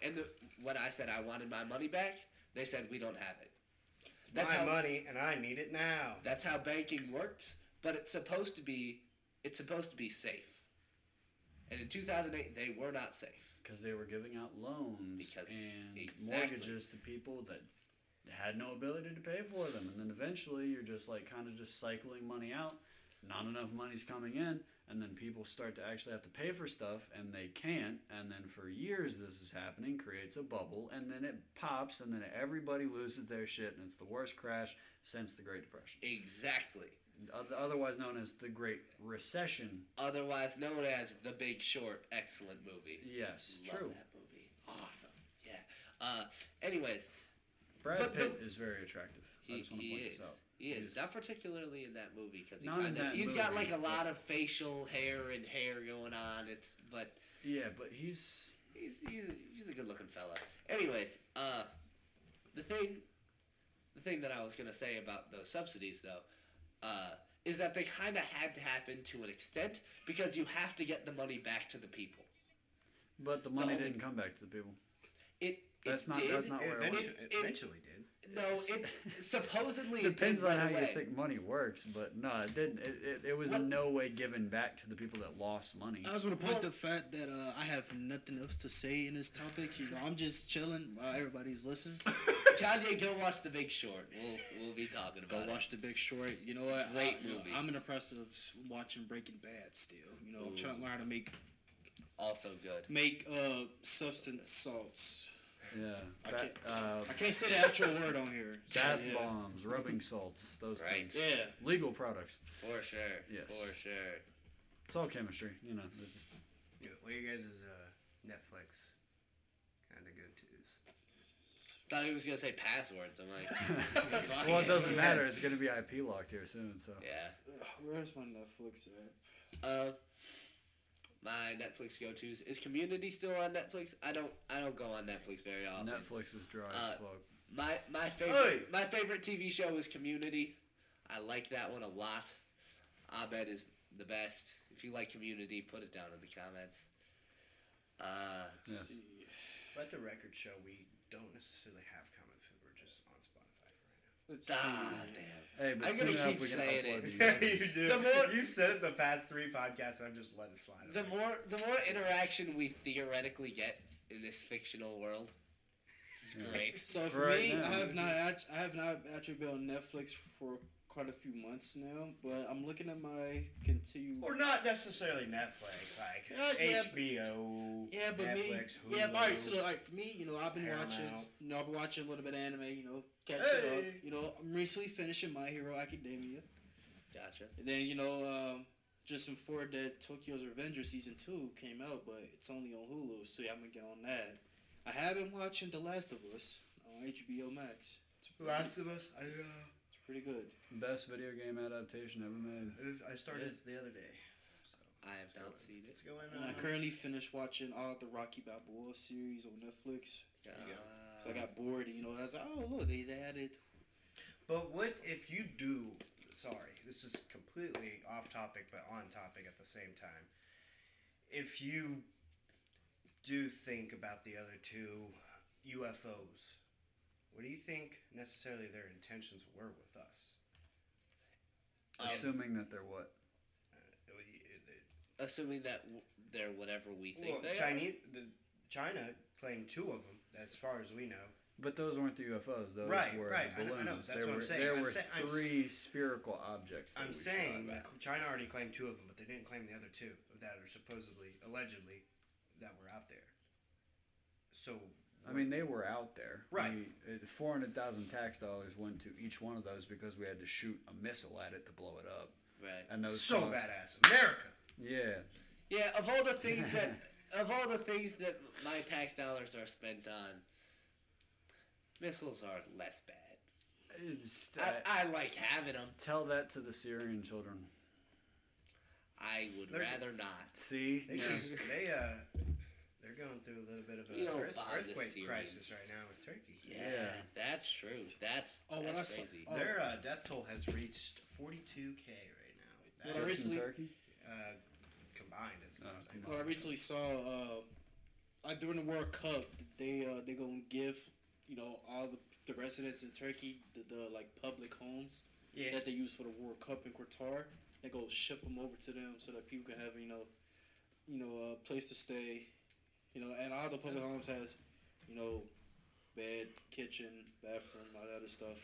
S3: And the, when I said I wanted my money back, they said we don't have it. That's
S1: my
S3: how
S1: money, and I need it now.
S3: that's how banking works, but it's supposed to be it's supposed to be safe. And in 2008 they were not safe.
S2: Because they were giving out loans
S3: Because-
S2: and
S3: exactly.
S2: mortgages to people that had no ability to pay for them. And then eventually you're just like kind of just cycling money out. Not enough money's coming in. And then people start to actually have to pay for stuff and they can't. And then for years this is happening, creates a bubble. And then it pops and then everybody loses their shit. And it's the worst crash since the Great Depression.
S3: Exactly.
S2: Oth- Otherwise known as the Great Recession.
S3: Otherwise known as The Big Short, excellent movie.
S2: Yes,
S3: Love
S2: true.
S3: that movie. Awesome. Yeah. Uh anyways,
S2: Brad
S3: But the-
S2: Pitt is very attractive. I
S3: he,
S2: just want
S3: he
S2: to point
S3: is.
S2: this out.
S3: He is.
S2: He's-
S3: Not particularly in that movie because he
S2: Not in
S3: kind of
S2: that
S3: he's got
S2: movie,
S3: like a lot
S2: but-
S3: of facial hair and hair going on. It's but
S2: Yeah, but he's
S3: he's, he's, he's a good looking fella. Anyways, uh, the thing, the thing that I was gonna say about those subsidies though, uh, is that they kind of had to happen to an extent because you have to get the money back to the people.
S2: But the money
S3: only-
S2: didn't come back to the people.
S3: It,
S2: That's
S3: it
S2: not-
S3: did.
S2: that's not-
S1: It
S2: where I
S1: eventually,
S3: went.
S1: it eventually did.
S3: no, it supposedly it
S2: Depends
S3: did
S2: on
S3: right
S2: how you
S3: away.
S2: think money works, but no, it didn't. It, it, it was
S3: What- Oh.
S2: in no way given back to the people that lost money.
S4: I just want to point
S3: Well-
S4: the fact that uh, I have nothing else to say in this topic. You know, I'm just chilling while everybody's listening.
S3: Kanye, go watch The Big Short. We'll we'll be talking
S4: Go
S3: about it.
S4: watch The Big Short. You know what?
S3: Great
S4: I, you know,
S3: movie.
S4: I'm in the process of watching Breaking Bad still. You know, I'm trying to learn how to make
S3: Also good.
S4: make uh, substance salts.
S2: yeah,
S4: I
S2: ba-
S4: can't-
S2: uh,
S4: I can't say the actual word on here. so,
S2: bath
S4: yeah.
S2: bombs, rubbing salts, those
S3: Right.
S2: things.
S4: Yeah.
S2: Legal products.
S3: For sure.
S2: Yes.
S3: For sure.
S2: It's all chemistry, you know. It's just
S1: Yeah, What are you guys' uh, Netflix kind of go tos?
S3: Thought he was gonna say passwords. I'm like, fuck
S2: well, it doesn't
S1: Yes.
S2: matter. It's gonna be IP locked here soon, so
S3: Yeah.
S4: Ugh, Where's my Netflix at?
S3: Uh, my Netflix go-to's is Community still on Netflix? I don't I don't go on Netflix very often.
S2: Netflix is dry
S3: Uh,
S2: as fuck.
S3: My my favorite my favorite TV show is Community. I like that one a lot. Abed is the best. If you like Community, put it down in the comments. Uh,
S2: Yes.
S1: Let the record show we don't necessarily have comments because we're just on Spotify right
S3: ah,
S4: Let's see.
S2: Hey, but
S3: I'm
S2: soon
S3: gonna
S2: enough
S3: keep
S2: we can
S3: saying
S2: upload
S3: it.
S2: these.
S1: now. you do.
S3: The more-
S1: You've said it the past three podcasts, and I'm just letting it slide.
S3: damn. The more the more interaction we theoretically get in this fictional world, is
S2: Yeah.
S3: great.
S4: So for
S2: Right
S4: me,
S2: now.
S4: I have not act- I have not actually been on Netflix for quite a few months now, but I'm looking at my continue.
S1: Or not necessarily Netflix, like
S4: Uh, yeah, but-
S1: HBO.
S4: Yeah, but me,
S1: Netflix,
S4: yeah,
S1: Hulu.
S4: but uh, all right. So, all right, for me, you know, I've been watching,
S1: Paramount.
S4: you know, I've been watching a little bit of anime, you know, catching up.
S1: Hey.
S4: You know, I'm recently finishing My Hero Academia,
S3: Gotcha.
S4: and then you know, um, just informed that Tokyo's Revenger season two came out, but it's only on Hulu, so yeah, I'm gonna get on that. I have been watching The Last of Us on HBO Max. It's pretty,
S1: Last of Us. I uh,
S4: it's pretty good.
S2: Best video game adaptation ever made.
S1: I started the other day. So uh,
S3: I have not
S1: Good.
S3: seen it.
S1: it's going
S4: And I currently finished watching all the Rocky Balboa series on Netflix.
S1: you go.
S3: Uh,
S4: So I got bored, you know. I was like, oh look, they they added.
S1: But what if you do? Sorry, this is completely off topic, but on topic at the same time. If you do think about the other two UFOs, what do you think necessarily their intentions were with us?
S3: Um,
S2: Assuming that they're what?
S1: Uh, it- it-
S3: assuming that w- they're whatever we think
S1: well,
S3: they are.
S1: Chinese, the, China claimed two of them, as far as we know.
S2: But those weren't the UFOs. Those
S1: Right,
S2: were
S1: right, I know-
S2: balloons.
S1: I know, that's
S2: there
S1: what I'm
S2: were,
S1: saying,
S2: There
S1: I'm
S2: were
S1: saying- I'm s-
S2: 3 spherical objects. that
S1: I'm
S2: we
S1: saying
S2: shot
S1: that
S2: at.
S1: China already claimed two of them, but they didn't claim the other two that are supposedly, allegedly, that were out there. So
S2: I mean, they were out there.
S1: Right.
S2: We, it, 400,000 tax dollars went to each one of those because we had to shoot a missile at it to blow it up.
S3: Right.
S2: And those
S1: so
S2: cost-
S1: badass, America.
S2: Yeah.
S3: Yeah. Of all the things that, of all the things that my tax dollars are spent on, missiles are less bad.
S2: It's, uh,
S3: I, I like having them.
S2: tell that to the Syrian children.
S3: I would
S1: They're-
S3: rather not.
S2: See,
S1: They,
S2: No.
S1: just, they uh, they're going through a little bit of
S3: You
S1: an
S3: don't
S1: earth,
S3: buy this
S1: earthquake
S3: series.
S1: crisis right now with Turkey.
S3: Yeah,
S2: Yeah.
S3: that's true. That's
S5: Oh, when
S3: that's
S5: I saw-
S3: crazy.
S5: oh.
S1: Their uh, death toll has reached 42k right now.
S5: Well,
S1: That
S5: I
S1: is,
S5: recently- Uh,
S2: Turkey.
S1: uh, combined as far
S2: Oh,
S1: as I
S2: combined.
S1: know.
S5: Well, I recently saw uh,
S4: um,
S5: I during the World Cup they uh, they gonna give you know all the, the residents in Turkey the, the like public homes
S1: Yeah.
S5: that they use for the World Cup in Qatar. They go ship them over to them so that people can have you know you know a place to stay, you know, and all the public homes has you know bed, kitchen, bathroom, all that other stuff.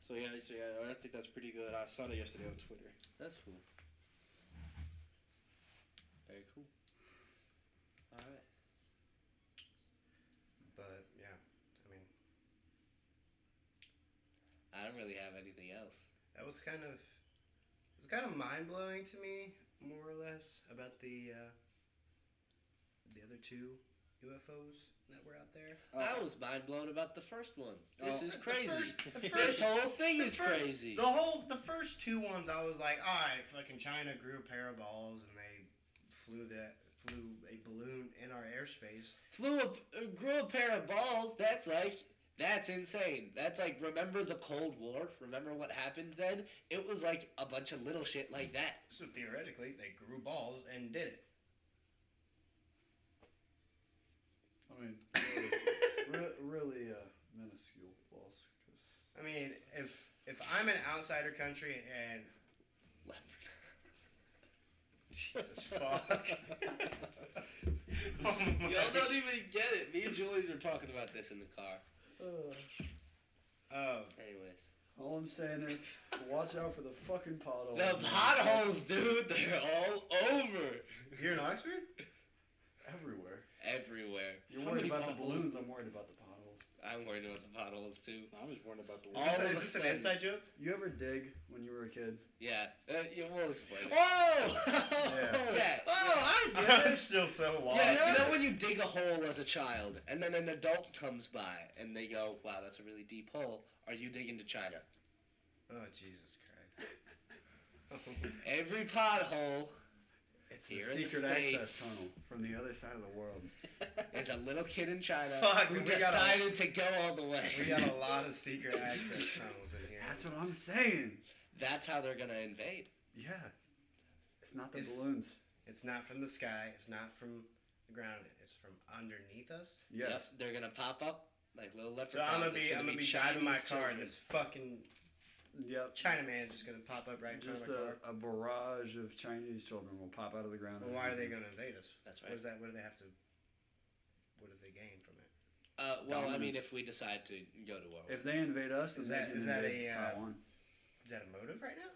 S5: So yeah, so yeah, I think that's pretty good. I saw that yesterday on Twitter.
S3: That's cool. Very cool. All right.
S1: But yeah, I mean
S3: I don't really have anything else.
S1: that was kind of it's kind of mind blowing to me, more or less, about the uh, the other two UFOs that were out there.
S3: I was mind blown about the first one. This
S5: Oh.
S3: is crazy.
S1: Oh. The first, the
S3: this
S1: first
S3: whole thing
S1: the
S3: is
S1: fir-
S3: crazy.
S1: The whole the first two ones I was like, all right, fucking China grew a pair of balls and they flew that flew a balloon in our airspace.
S3: Flew a, uh, grew a pair of balls. That's like that's insane. That's like remember the Cold War? Remember what happened then? It was like a bunch of little shit like that.
S1: So theoretically, they grew balls and did it.
S2: I mean, really, really uh, minuscule loss. Cause
S1: I mean, if if I'm an outsider country and Jesus fuck. oh my.
S3: Y'all don't even get it. Me and Julian were talking about this in the car.
S1: Oh,
S3: Anyways,
S2: uh, all I'm saying is, watch out for the fucking potholes.
S3: the
S2: Oh, man.
S3: potholes, dude, they're all over
S1: you're in Oxford?
S2: everywhere.
S3: everywhere.
S2: You're
S5: How
S2: worried
S5: many
S2: about the
S5: potholes?
S2: balloons. I'm worried about the potholes.
S3: I'm worried about the potholes too.
S5: I was worried about the
S1: Is this,
S3: All
S1: a-
S3: of
S1: is
S3: a
S1: this
S3: sudden.
S1: an inside joke?
S2: You ever dig when you were a kid?
S3: Yeah, uh, you will explain. It.
S1: Oh!
S2: Yeah.
S3: Yeah.
S1: Oh, I get it. I'm still so lost.
S3: Yeah, you know when you dig a hole as a child, and then an adult comes by, and they go, "Wow, that's a really deep hole. Are you digging to China?"
S1: Oh, Jesus Christ.
S3: Every pothole
S2: It's
S3: Here
S2: the
S3: in the
S2: secret access
S3: States.
S2: tunnel from the other side of the world.
S3: is a little kid in China
S1: Fuck,
S3: who
S1: we got a-
S3: decided to go all the way.
S1: we got a lot of secret access tunnels in here.
S2: That's what I'm saying.
S3: That's how they're gonna invade.
S2: Yeah. It's not the
S1: It's-
S2: balloons.
S1: It's not from the sky. It's not from the ground. It's from underneath us.
S2: Yes.
S3: Yep, they're gonna pop up like little
S1: So
S3: leprechauns.
S1: I'm gonna
S3: It's
S1: be, I'm gonna be driving my
S3: Chinese
S1: car, and
S3: children.
S1: this fucking
S2: Yep.
S1: Chinaman is just gonna pop up right in front
S2: Just uh,
S1: of my car.
S2: a, a barrage of Chinese children will pop out of the ground.
S1: Well, why are they gonna invade us?
S3: That's
S1: What
S3: right.
S1: is that? What do they have to? What do they gain from it?
S3: Uh, well, I mean,
S2: Dominance.
S3: if we decide to go to war,
S2: If they invade us, then
S1: Is
S2: they
S1: that-
S2: can
S1: is that
S2: invade
S1: a, uh,
S2: Taiwan.
S1: Is that a motive right now?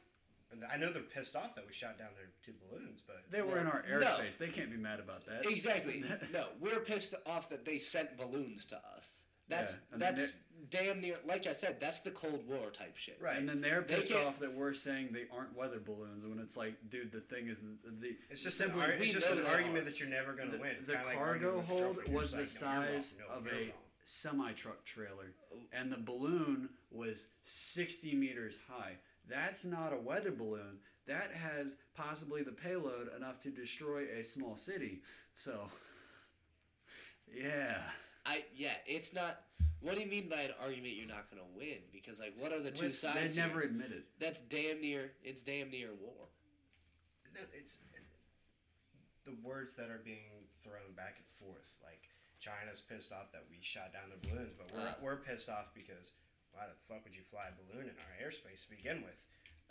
S1: And I know they're pissed off that we shot down their two balloons, but
S2: They were in our
S3: No.
S2: airspace. They can't be mad about that.
S3: exactly. no, we're pissed off that they sent balloons to us. That's
S2: Yeah, and then
S3: that's damn near. Like I said, that's the Cold War type shit.
S1: right.
S2: And then they're
S3: They
S2: pissed
S3: can't-
S2: off that we're saying they aren't weather balloons when it's like, dude, the thing is the the,
S1: It's just an,
S3: We-
S1: ar- it's
S3: we
S1: just
S3: know
S1: an
S3: they
S1: argument
S3: are.
S1: that you're never going to
S2: the,
S1: win. It's
S2: the
S1: kinda like
S2: cargo
S1: arguing with
S2: hold
S1: Trump. You're
S2: was
S1: just
S2: the
S1: like, "No, you're
S2: size
S1: wrong.
S2: of
S1: No,
S2: a
S1: you're wrong."
S2: semi truck trailer,
S3: Oh.
S2: and the balloon was 60 meters high. That's not a weather balloon. That has possibly the payload enough to destroy a small city. So, yeah.
S3: I yeah, it's not. What do you mean by an argument you're not going to win? Because like, what are the two
S2: With- they
S3: sides?
S2: never
S3: here?
S2: admit it.
S3: That's damn near. It's damn near war.
S1: No, it's the words that are being thrown back and forth. Like China's pissed off that we shot down their balloons, but we're
S3: Uh.
S1: we're pissed off because why the fuck would you fly a balloon in our airspace to begin with?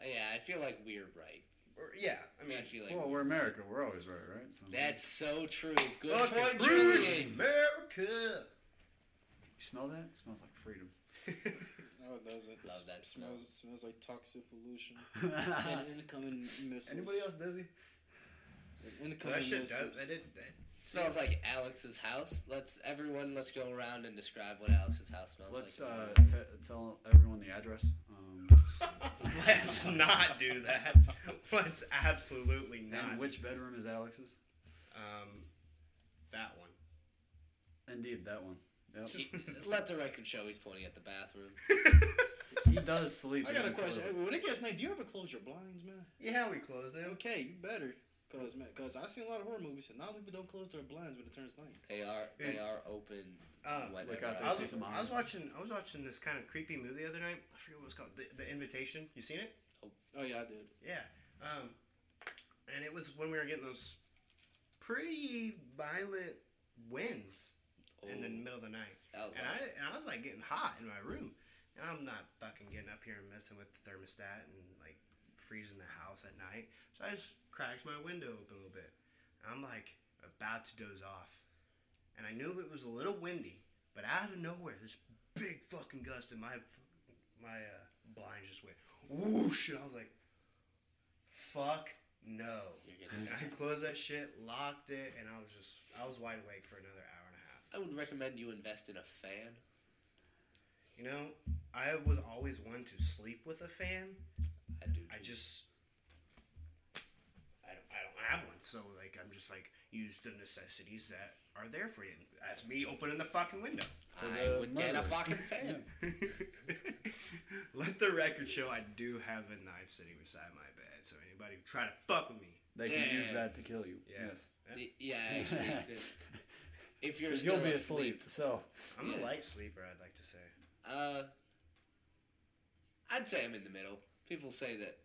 S3: Uh, Yeah, I feel like we're right.
S1: Or, yeah, I
S3: I mean, I
S1: mean,
S3: feel like
S2: Well, we're America. We're always right, right? So,
S3: that's so true. Good
S1: fucking
S3: point,
S1: brutes,
S3: Julian.
S1: America.
S2: You smell that? It smells like freedom.
S5: No, it doesn't.
S3: Love that
S5: It
S3: smell.
S5: smells. It smells like toxic pollution. and incoming missiles.
S2: Anybody else dizzy?
S5: And Incoming
S1: that shit
S5: missiles.
S1: does. That did. That,
S3: Smells like Alex's house. Let's everyone. Let's go around and describe what Alex's house smells
S2: Let's
S3: like.
S2: uh, t- tell everyone the address. Um,
S1: let's not do that. Let's absolutely not.
S2: and which bedroom is Alex's?
S1: um, that one.
S2: Indeed, that one. Yep.
S3: He, let the record show he's pointing at the bathroom.
S2: He does sleep.
S4: I
S2: in
S4: got a
S2: the
S4: question.
S2: toilet.
S4: Hey, when it gets night, do you ever close your blinds, man?
S1: yeah, we closed them.
S4: Okay, you better. Cause man, cause I've seen a lot of horror movies and a lot of people don't close their blinds when it turns night.
S3: They are they are open.
S1: Uh,
S3: whenever.
S2: look out
S1: I
S2: there,
S1: was,
S2: see some
S1: I was
S2: eyes.
S1: watching. I was watching this kind of creepy movie the other night. I forget what it was called. The, the Invitation. You seen it?
S4: Oh yeah, I did.
S1: Yeah. Um, and it was when we were getting those pretty violent winds in
S3: Oh.
S1: the middle of the night,
S3: that was
S1: and I and I was like getting hot in my room, and I'm not fucking getting up here and messing with the thermostat and like freezing the house at night. So I just cracked my window open a little bit. I'm like about to doze off, and I knew it was a little windy, but out of nowhere, this big fucking gust, and my my uh, blinds just went whoosh, and I was like, "Fuck no!"
S3: you're getting
S1: And I closed that shit, locked it, and I was just I was wide awake for another hour and a half.
S3: I would recommend you invest in a fan.
S1: You know, I was always one to sleep with a fan.
S3: I do.
S1: I
S3: too.
S1: just I don't I don't have one, so like I'm just like use the necessities that are there for you. And that's me opening the fucking window.
S2: for
S3: I
S2: the
S3: would get a
S2: murder.
S3: fucking fan.
S1: Let the record show I do have a knife sitting beside my bed, so anybody who try to fuck with me.
S2: They can use
S3: Damn.
S2: that to kill you.
S1: Yeah.
S2: Yes.
S3: Y- yeah, actually, if you're
S2: 'Cause
S3: still
S2: you'll be
S3: asleep,
S2: asleep. So
S1: I'm a
S3: Yeah.
S1: light sleeper, I'd like to say.
S3: Uh, I'd say I'm in the middle. People say that.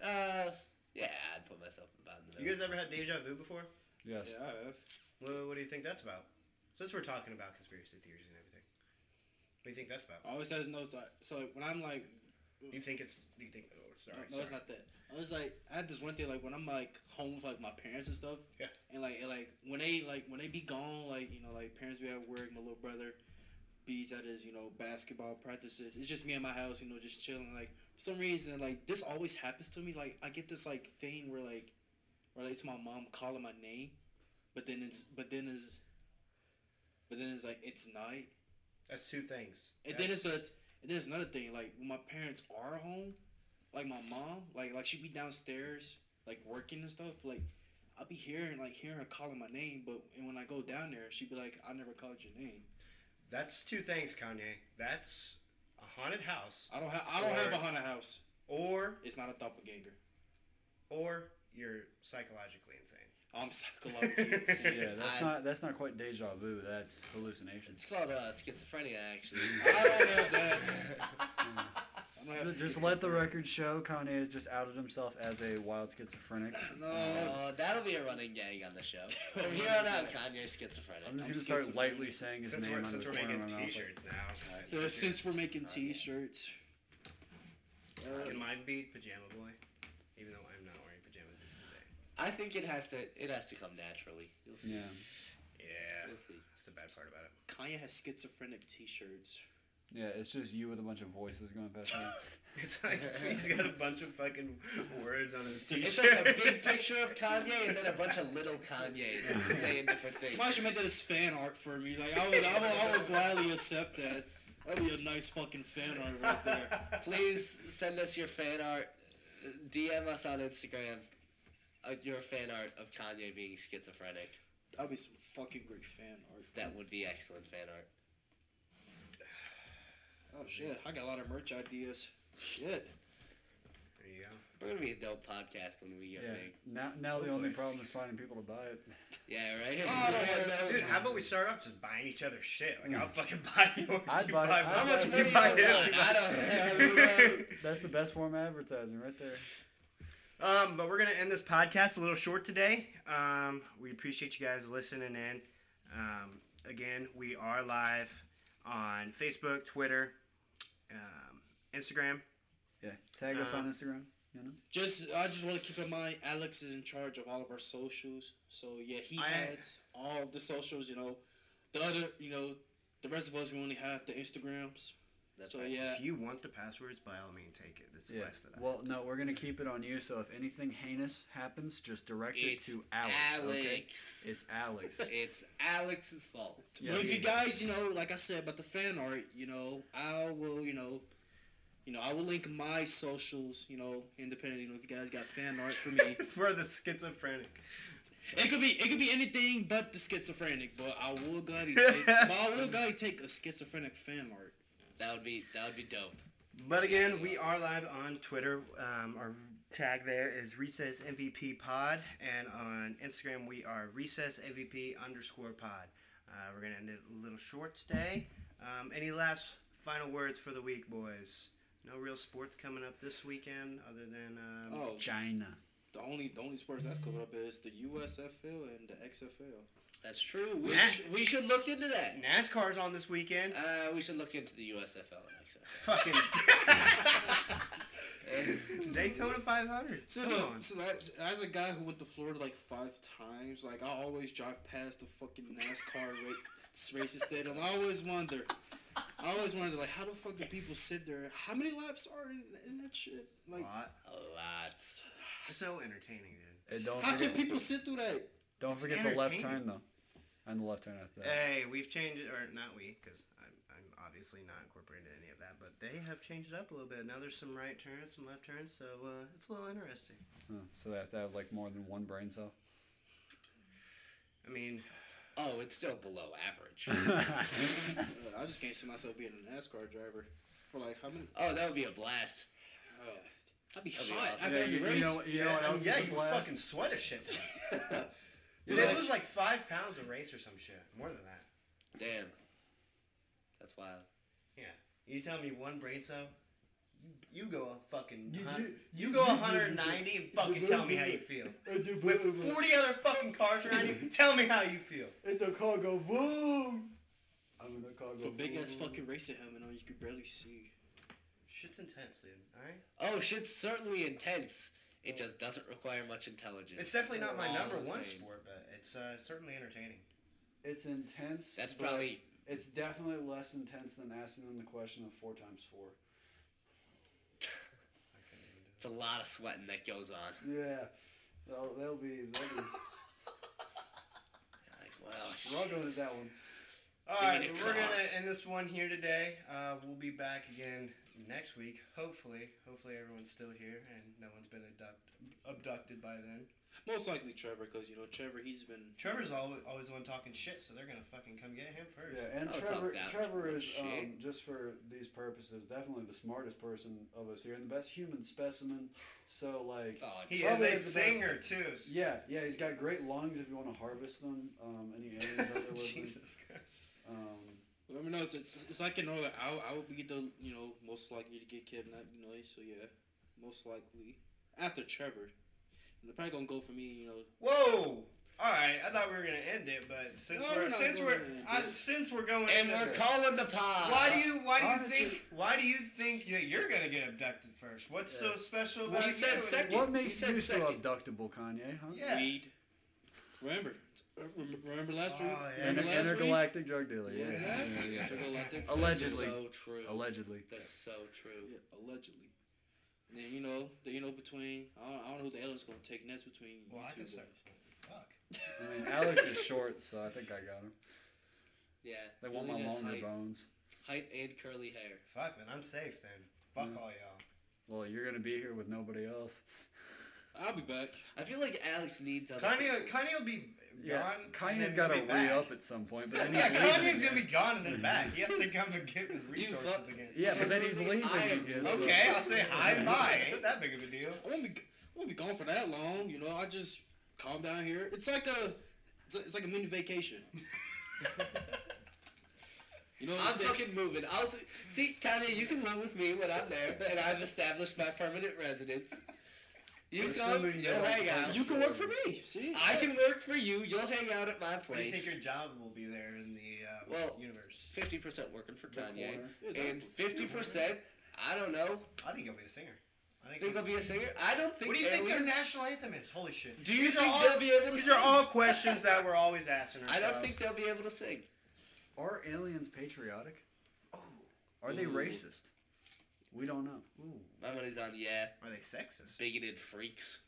S3: Uh, yeah, I'd put myself about in the
S1: You
S3: middle.
S1: guys ever had deja vu before?
S2: yes.
S4: Yeah, I have.
S1: Well, what do you think that's about? Since we're talking about conspiracy theories and everything, what do you think that's about?
S4: I always has no side. So like, when I'm like,
S1: You think it's? Do you think? Oh, sorry,
S4: no, it's
S1: sorry.
S4: not that. I was like, I had this one thing like when I'm like home with like my parents and stuff.
S1: Yeah.
S4: And like, and, like when they like when they be gone, like you know, like parents be at work. My little brother, bees at his you know basketball practices. It's just me in my house, you know, just chilling. Like for some reason, like this always happens to me. Like I get this like thing where like, where like, it's my mom calling my name, but then it's but then it's, but then it's like it's night.
S1: That's two things.
S4: And then
S1: That's-
S4: it's the, and then it's another thing. Like when my parents are home, like my mom, like like she be downstairs, like working and stuff. Like I'll be hearing like hearing her calling my name, but and when I go down there, she be like, "I never called your name.
S1: that's two things, Kanye. That's a haunted house,
S4: I don't have I don't have a
S1: Or-
S4: haunted house.
S1: or
S4: It's not a doppelganger.
S1: or you're psychologically insane.
S4: I'm psychologically insane.
S2: Yeah, that's
S3: I-
S2: not that's not quite deja vu. That's hallucinations.
S3: It's called uh, schizophrenia, actually.
S4: I don't have that. I don't have
S2: Just, just
S4: schizophrenia.
S2: let the record show. Kanye has just outed himself as a wild schizophrenic. Um,
S4: No.
S3: Oh, that'll be a running gag on the show. From here on out, Kanye's schizophrenic.
S2: I'm just
S4: I'm
S2: gonna start
S4: schizophrenic.
S2: lightly saying his
S1: Since
S2: name
S1: we're
S2: under
S1: since
S2: the
S1: we're
S2: corner of
S1: making
S2: my mouth. like,
S1: T-shirts now,
S4: Yeah, since we're making T-shirts,
S3: Uh,
S1: can mine be pajama boy? Even though I'm not wearing pajama boys today.
S3: I think it has to. It has to come naturally. You'll see.
S2: Yeah.
S1: Yeah,
S3: We'll see.
S1: that's the bad part about it.
S4: Kanye has schizophrenic T-shirts.
S2: Yeah, it's just you with a bunch of voices going past you.
S1: It's like he's got a bunch of fucking words on his T-shirt.
S3: It's like a big picture of Kanye and then a bunch of little Kanyes saying different things.
S4: Somebody should make that as fan art for me. Like I would, I would, I would gladly accept that. That'd be a nice fucking fan art right there.
S3: Please send us your fan art. Uh, DM us on Instagram uh, your fan art of Kanye being schizophrenic.
S4: That'd be some fucking great fan art.
S3: That would be excellent fan art.
S4: Oh shit, I got a lot of merch ideas. Shit.
S1: There you go.
S3: We're gonna be a dope podcast when we
S2: yeah.
S3: get big.
S2: Now, now the only
S1: Hopefully.
S2: problem is finding people to buy it.
S3: Yeah, right.
S1: Oh, no,
S3: Yeah,
S1: no,
S3: no.
S1: Dude, how about we start off just buying each other shit? Like, I'll fucking buy yours.
S2: I'd
S1: you
S2: buy-
S1: buy
S2: I'd
S3: How
S1: mine,
S3: much
S2: buy-
S1: you
S3: money
S1: buy
S3: I
S1: his,
S3: want?
S1: you buy
S3: I don't. I don't know.
S1: mine.
S2: That's the best form of advertising, right there.
S1: um, but we're gonna end this podcast a little short today. Um, we appreciate you guys listening in. Um, again, we are live on Facebook, Twitter, um, Instagram.
S2: Yeah. Tag us
S1: Uh,
S2: on Instagram. You know.
S4: Just, I just want to keep in mind, Alex is in charge of all of our socials. So yeah, he
S1: I-
S4: has all of the socials. You know, the other, you know, the rest of us we only have the Instagrams.
S3: That's
S4: so
S3: right.
S4: yeah,
S1: If you want the passwords, by all means, take it. That's
S2: Yeah.
S1: less than I.
S2: Well, no, we're gonna keep it on you. So if anything heinous happens, just direct
S3: It's
S2: it to Alex.
S3: Alex.
S2: Okay. It's Alex.
S3: It's Alex's fault.
S2: Yeah.
S4: But if you guys, you know, like I said about the fan art, you know, I will, you know, You know, I will link my socials, you know, independent. You know, if you guys got fan art for me,
S1: For the schizophrenic.
S4: it could be it could be anything but the schizophrenic. But I will gladly take, but I will gladly take a schizophrenic fan art.
S3: That would be that would be dope.
S1: But again, we are live on Twitter. Um, our tag there is Recess MVP Pod, and on Instagram we are Recess MVP underscore Pod. Uh, we're gonna end it a little short today. Um, any last final words for the week, boys? No real sports coming up this weekend, other than um,
S4: Oh,
S2: China.
S4: the only the only sports that's coming up is the USFL and the XFL.
S3: That's true. We,
S1: Yeah.
S3: should, we should look into that.
S1: NASCAR's on this weekend.
S3: Uh, we should look into the USFL and
S1: Fucking
S3: XFL.
S1: Daytona 500.
S4: So,
S1: Come
S4: look,
S1: on.
S4: so as, as a guy who went to Florida like five times, like I always drive past the fucking NASCAR ra- racing stadium. I always wonder, I always wonder, like how the fuck do people sit there? How many laps are in, in that shit? Like
S3: A lot.
S1: So entertaining, dude.
S2: Hey, don't
S4: how can
S2: forget,
S4: people sit through that?
S2: don't
S1: It's
S2: forget the left
S1: entertaining.
S2: turn though, and the left turn after that.
S1: Hey, we've changed it, or not we, because I'm, I'm obviously not incorporated in any of that, but they have changed it up a little bit. Now there's some right turns, some left turns, so uh, it's a little interesting.
S2: Huh, Oh, so they have to have like more than one brain cell.
S1: I mean,
S3: Oh, it's still below average.
S2: That's
S4: Uh, I just can't see myself being a NASCAR driver. For like how many?
S3: Oh, that would be a blast.
S4: Uh, I'd be
S3: That'd
S4: hot
S3: be awesome.
S4: after
S2: Yeah,
S4: every
S2: you- you
S4: race.
S2: know- you know what
S1: I mean,
S2: else
S1: yeah,
S2: is a
S1: you
S2: blast?
S1: fucking sweat a shit.
S2: You
S1: Dude, they
S2: know-
S1: lose like five pounds a race or some shit, more than that.
S3: Damn. That's wild.
S1: You tell me one brain cell, you, you go a fucking,
S2: You-
S1: hun-
S2: you-
S1: you,
S2: you-
S1: go
S2: you-
S1: 190 and fucking tell me how you feel. With 40 other fucking cars around you, tell me how you feel.
S2: It's a cargo boom. I'm in a cargo
S4: For big ass fucking racing helmet on, you could barely see.
S1: Shit's intense, dude. All right.
S3: Oh, shit's certainly intense. It just doesn't require much intelligence.
S1: It's definitely not my
S3: All
S1: number
S3: uh, the
S1: one
S3: same.
S1: sport, but it's uh, certainly entertaining.
S2: It's intense.
S3: That's
S2: but
S3: probably
S2: It's definitely less intense than asking them the question of four times four.
S3: it's a lot of sweating that goes on.
S2: Yeah, they'll, they'll be they'll be
S3: Like, wow.
S2: struggling at that one.
S1: All
S3: We
S1: right,
S3: need a
S1: we're
S3: car.
S1: gonna end this one here today. Uh, we'll be back again next week, hopefully. Hopefully, everyone's still here and no one's been abduct, abducted by then.
S4: Most likely Trevor, because you know Trevr, he's been
S1: Trevor's always always the one talking shit, so they're gonna fucking come get him first.
S2: Yeah, and
S3: I'll talk
S2: Trevor
S3: that
S2: Trevor
S3: much
S2: is um,
S3: shit.
S2: just for these purposes definitely the smartest person of us here and the best human specimen. So like
S3: Oh,
S1: He
S2: Probably
S1: is a
S2: is the best.
S1: singer too. so-
S2: yeah yeah he's got great lungs if you want to harvest them. Um, any aliens out there listening?
S1: Jesus Christ.
S2: Um,
S4: Let me know. It's, it's, it's like an order. I, I would be the, you know, most likely to get kidnapped, you know, so yeah. Most likely. After Trevor. And they're probably going to go for me, you know.
S1: Whoa. All right, I thought we were gonna end it, but since
S4: No,
S1: we're,
S4: we're not
S1: since
S4: gonna
S1: we're
S4: end it.
S1: I, since we're going
S3: and
S1: into-
S3: we're calling the pod.
S1: Why do you why do you
S2: Honestly-
S1: think why do you think that you're gonna get abducted first? What's so special
S3: Well,
S1: about
S3: you said second.
S2: what
S3: You
S2: makes
S3: said
S2: you so
S3: second.
S2: abductable, Kanye? Huh?
S1: Yeah.
S4: Weed. Remember. uh, rem- Remember last
S1: Oh,
S4: week?
S1: yeah.
S2: An
S4: Remember last week?
S2: intergalactic drug dealer.
S4: Yeah,
S2: Yeah.
S4: exactly.
S2: yeah, yeah.
S4: Intergalactic.
S2: Allegedly.
S3: So true.
S2: Allegedly.
S3: That's so true.
S4: Yeah, allegedly. And then, you know, then, you know, between, I don't, I don't know who the alien's going to take next between
S1: Well, I
S4: you
S1: can
S4: two.
S1: start. Fuck.
S2: I mean, Alex is short, so I think I got him.
S3: Yeah.
S2: They want my
S3: Only has
S2: longer
S3: height,
S2: bones.
S3: height and curly hair.
S1: Fuck man, I'm safe then. Fuck
S2: Mm.
S1: all y'all.
S2: Well, you're gonna be here with nobody else.
S4: but I'll be back.
S3: I feel like Alex needs other
S1: Kanye
S3: people.
S1: Kanye will be gone.
S2: Yeah,
S1: and
S2: Kanye's
S1: then
S2: got to
S1: he'll be
S2: re
S1: back.
S2: up at some point, but then he's
S1: Yeah,
S2: leaving
S1: Kanye's
S2: again.
S1: gonna be gone and then back. He has to come and get his resources
S3: fuck-
S1: again.
S2: Yeah, but then he's leaving
S3: I am
S2: again. so-
S1: Okay, I'll say hi and bye. Ain't that big of a deal.
S4: I won't be I won't be gone for that long. You know, I just calm down here. It's like a it's, a- it's like a mini vacation. You know,
S3: I'm
S4: they-
S3: fucking moving. I'll see, see, Kanye, you can move with me when I'm there, and I've established my permanent residence. You
S2: I'm
S3: come,
S2: assuming
S3: you'll
S2: that-
S3: hang out.
S4: you can work for me. See,
S3: I can work for you. You'll hang out at my
S1: What do you think
S3: place.
S1: your job will be there in the um,
S3: Well-
S1: universe?
S3: Fifty percent working for
S2: The
S3: Kanye,
S2: corner.
S4: Exactly.
S3: and fifty percent. I don't know.
S1: I think he'll be a singer. I think.
S3: Think he'll be a singer? I don't think.
S1: what do you think their
S3: aliens-
S1: national anthem is? Holy shit.
S3: Do you
S1: These are
S3: think
S1: all-
S3: they'll be able to?
S1: These
S3: sing?
S1: are all questions that we're always asking
S3: I
S1: ourselves.
S3: don't think they'll be able to sing.
S2: Are aliens patriotic?
S1: Oh,
S2: Are they
S3: Ooh.
S2: racist? We don't know.
S1: ooh.
S3: My money's on yeah,
S1: Are they sexist?
S3: bigoted freaks.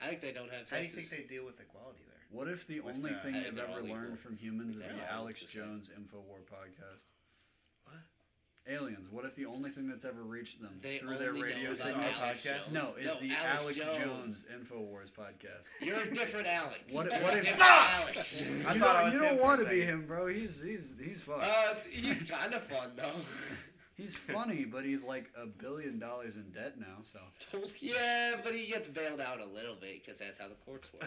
S3: I think they don't have. Sexes.
S1: How do you think they deal with equality there?
S2: What if the
S1: With,
S2: only
S1: uh,
S2: thing
S3: I
S2: they've
S3: think they're all
S2: ever learned
S3: equal.
S2: from humans is
S3: They're
S2: the
S3: all
S2: Alex
S3: equal, so-
S2: Jones InfoWar podcast?
S1: What?
S2: aliens. What if the only thing that's ever reached them
S3: They
S2: through their
S3: only know
S2: radio
S3: about
S1: Is
S2: is
S1: this our
S3: Alex
S1: podcast?
S3: Jones.
S2: no, is
S3: No,
S2: the Alex,
S3: Alex
S2: Jones. Infowars podcast?
S3: You're a different Alex.
S2: What-
S3: You're
S2: what
S3: a
S2: if-
S3: different
S2: Fuck!
S3: Alex?
S1: I
S2: you
S1: thought
S2: don't,
S1: I was
S2: you
S1: him
S2: don't
S1: for a
S2: want to be
S1: second.
S2: him, bro. He's he's he's fucked.
S3: Uh, he's kind of fun though.
S2: he's funny, but he's like a billion dollars in debt now. So
S3: yeah, but he gets bailed out a little bit because that's how the courts work.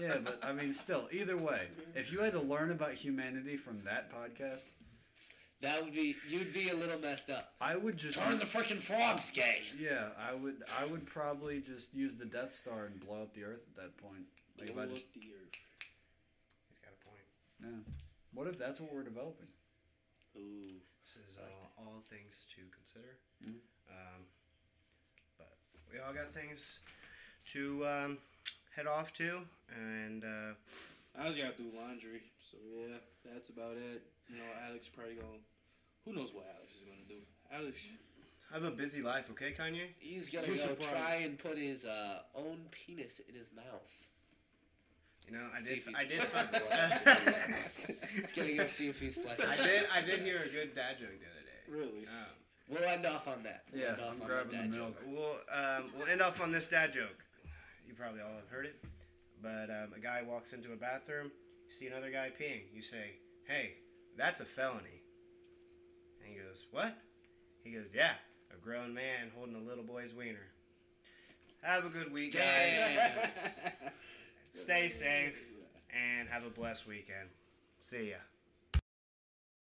S2: yeah, but I mean, still, either way, if you had to learn about humanity from that podcast,
S3: That would be you'd be a little messed up.
S2: I would just
S3: Turn the freaking frogs gay.
S2: Yeah, I would. I would probably just use the Death Star and blow up the Earth at that point. Like if I
S4: Blow
S2: just,
S4: up the earth.
S1: He's got a point.
S2: yeah. What if that's what we're developing?
S3: Ooh.
S1: This is all, all things to consider.
S2: Mm.
S1: Um, but we all got things to um, head off to, and uh,
S4: I was gonna do laundry, so yeah, that's about it. You know, Alex probably gonna. Who knows what Alex is gonna do? Alex,
S1: I have a busy life. Okay, Kanye.
S3: He's gonna
S4: You're
S3: go
S4: surprised.
S3: try and put his uh, own penis in his mouth.
S1: You know, I
S3: See
S1: did.
S3: if he's
S1: I did.
S3: fucking He's gonna go see if he's flexing.
S1: I did. I did hear a good dad joke the
S4: really?
S1: other day. Um,
S3: We'll end off on that. We'll
S2: Yeah,
S3: end off
S2: I'm
S3: on
S2: grabbing
S3: that
S2: the
S3: dad joke.
S2: milk.
S1: We'll um, we'll end off on this dad joke. You probably all have heard it, but um, a guy walks into a bathroom. You see another guy peeing. You say, "Hey, that's a felony." And he goes, "What?" He goes, "Yeah, a grown man holding a little boy's wiener." Have a good week, guys.
S3: Damn.
S1: Stay safe and have a blessed weekend. See ya.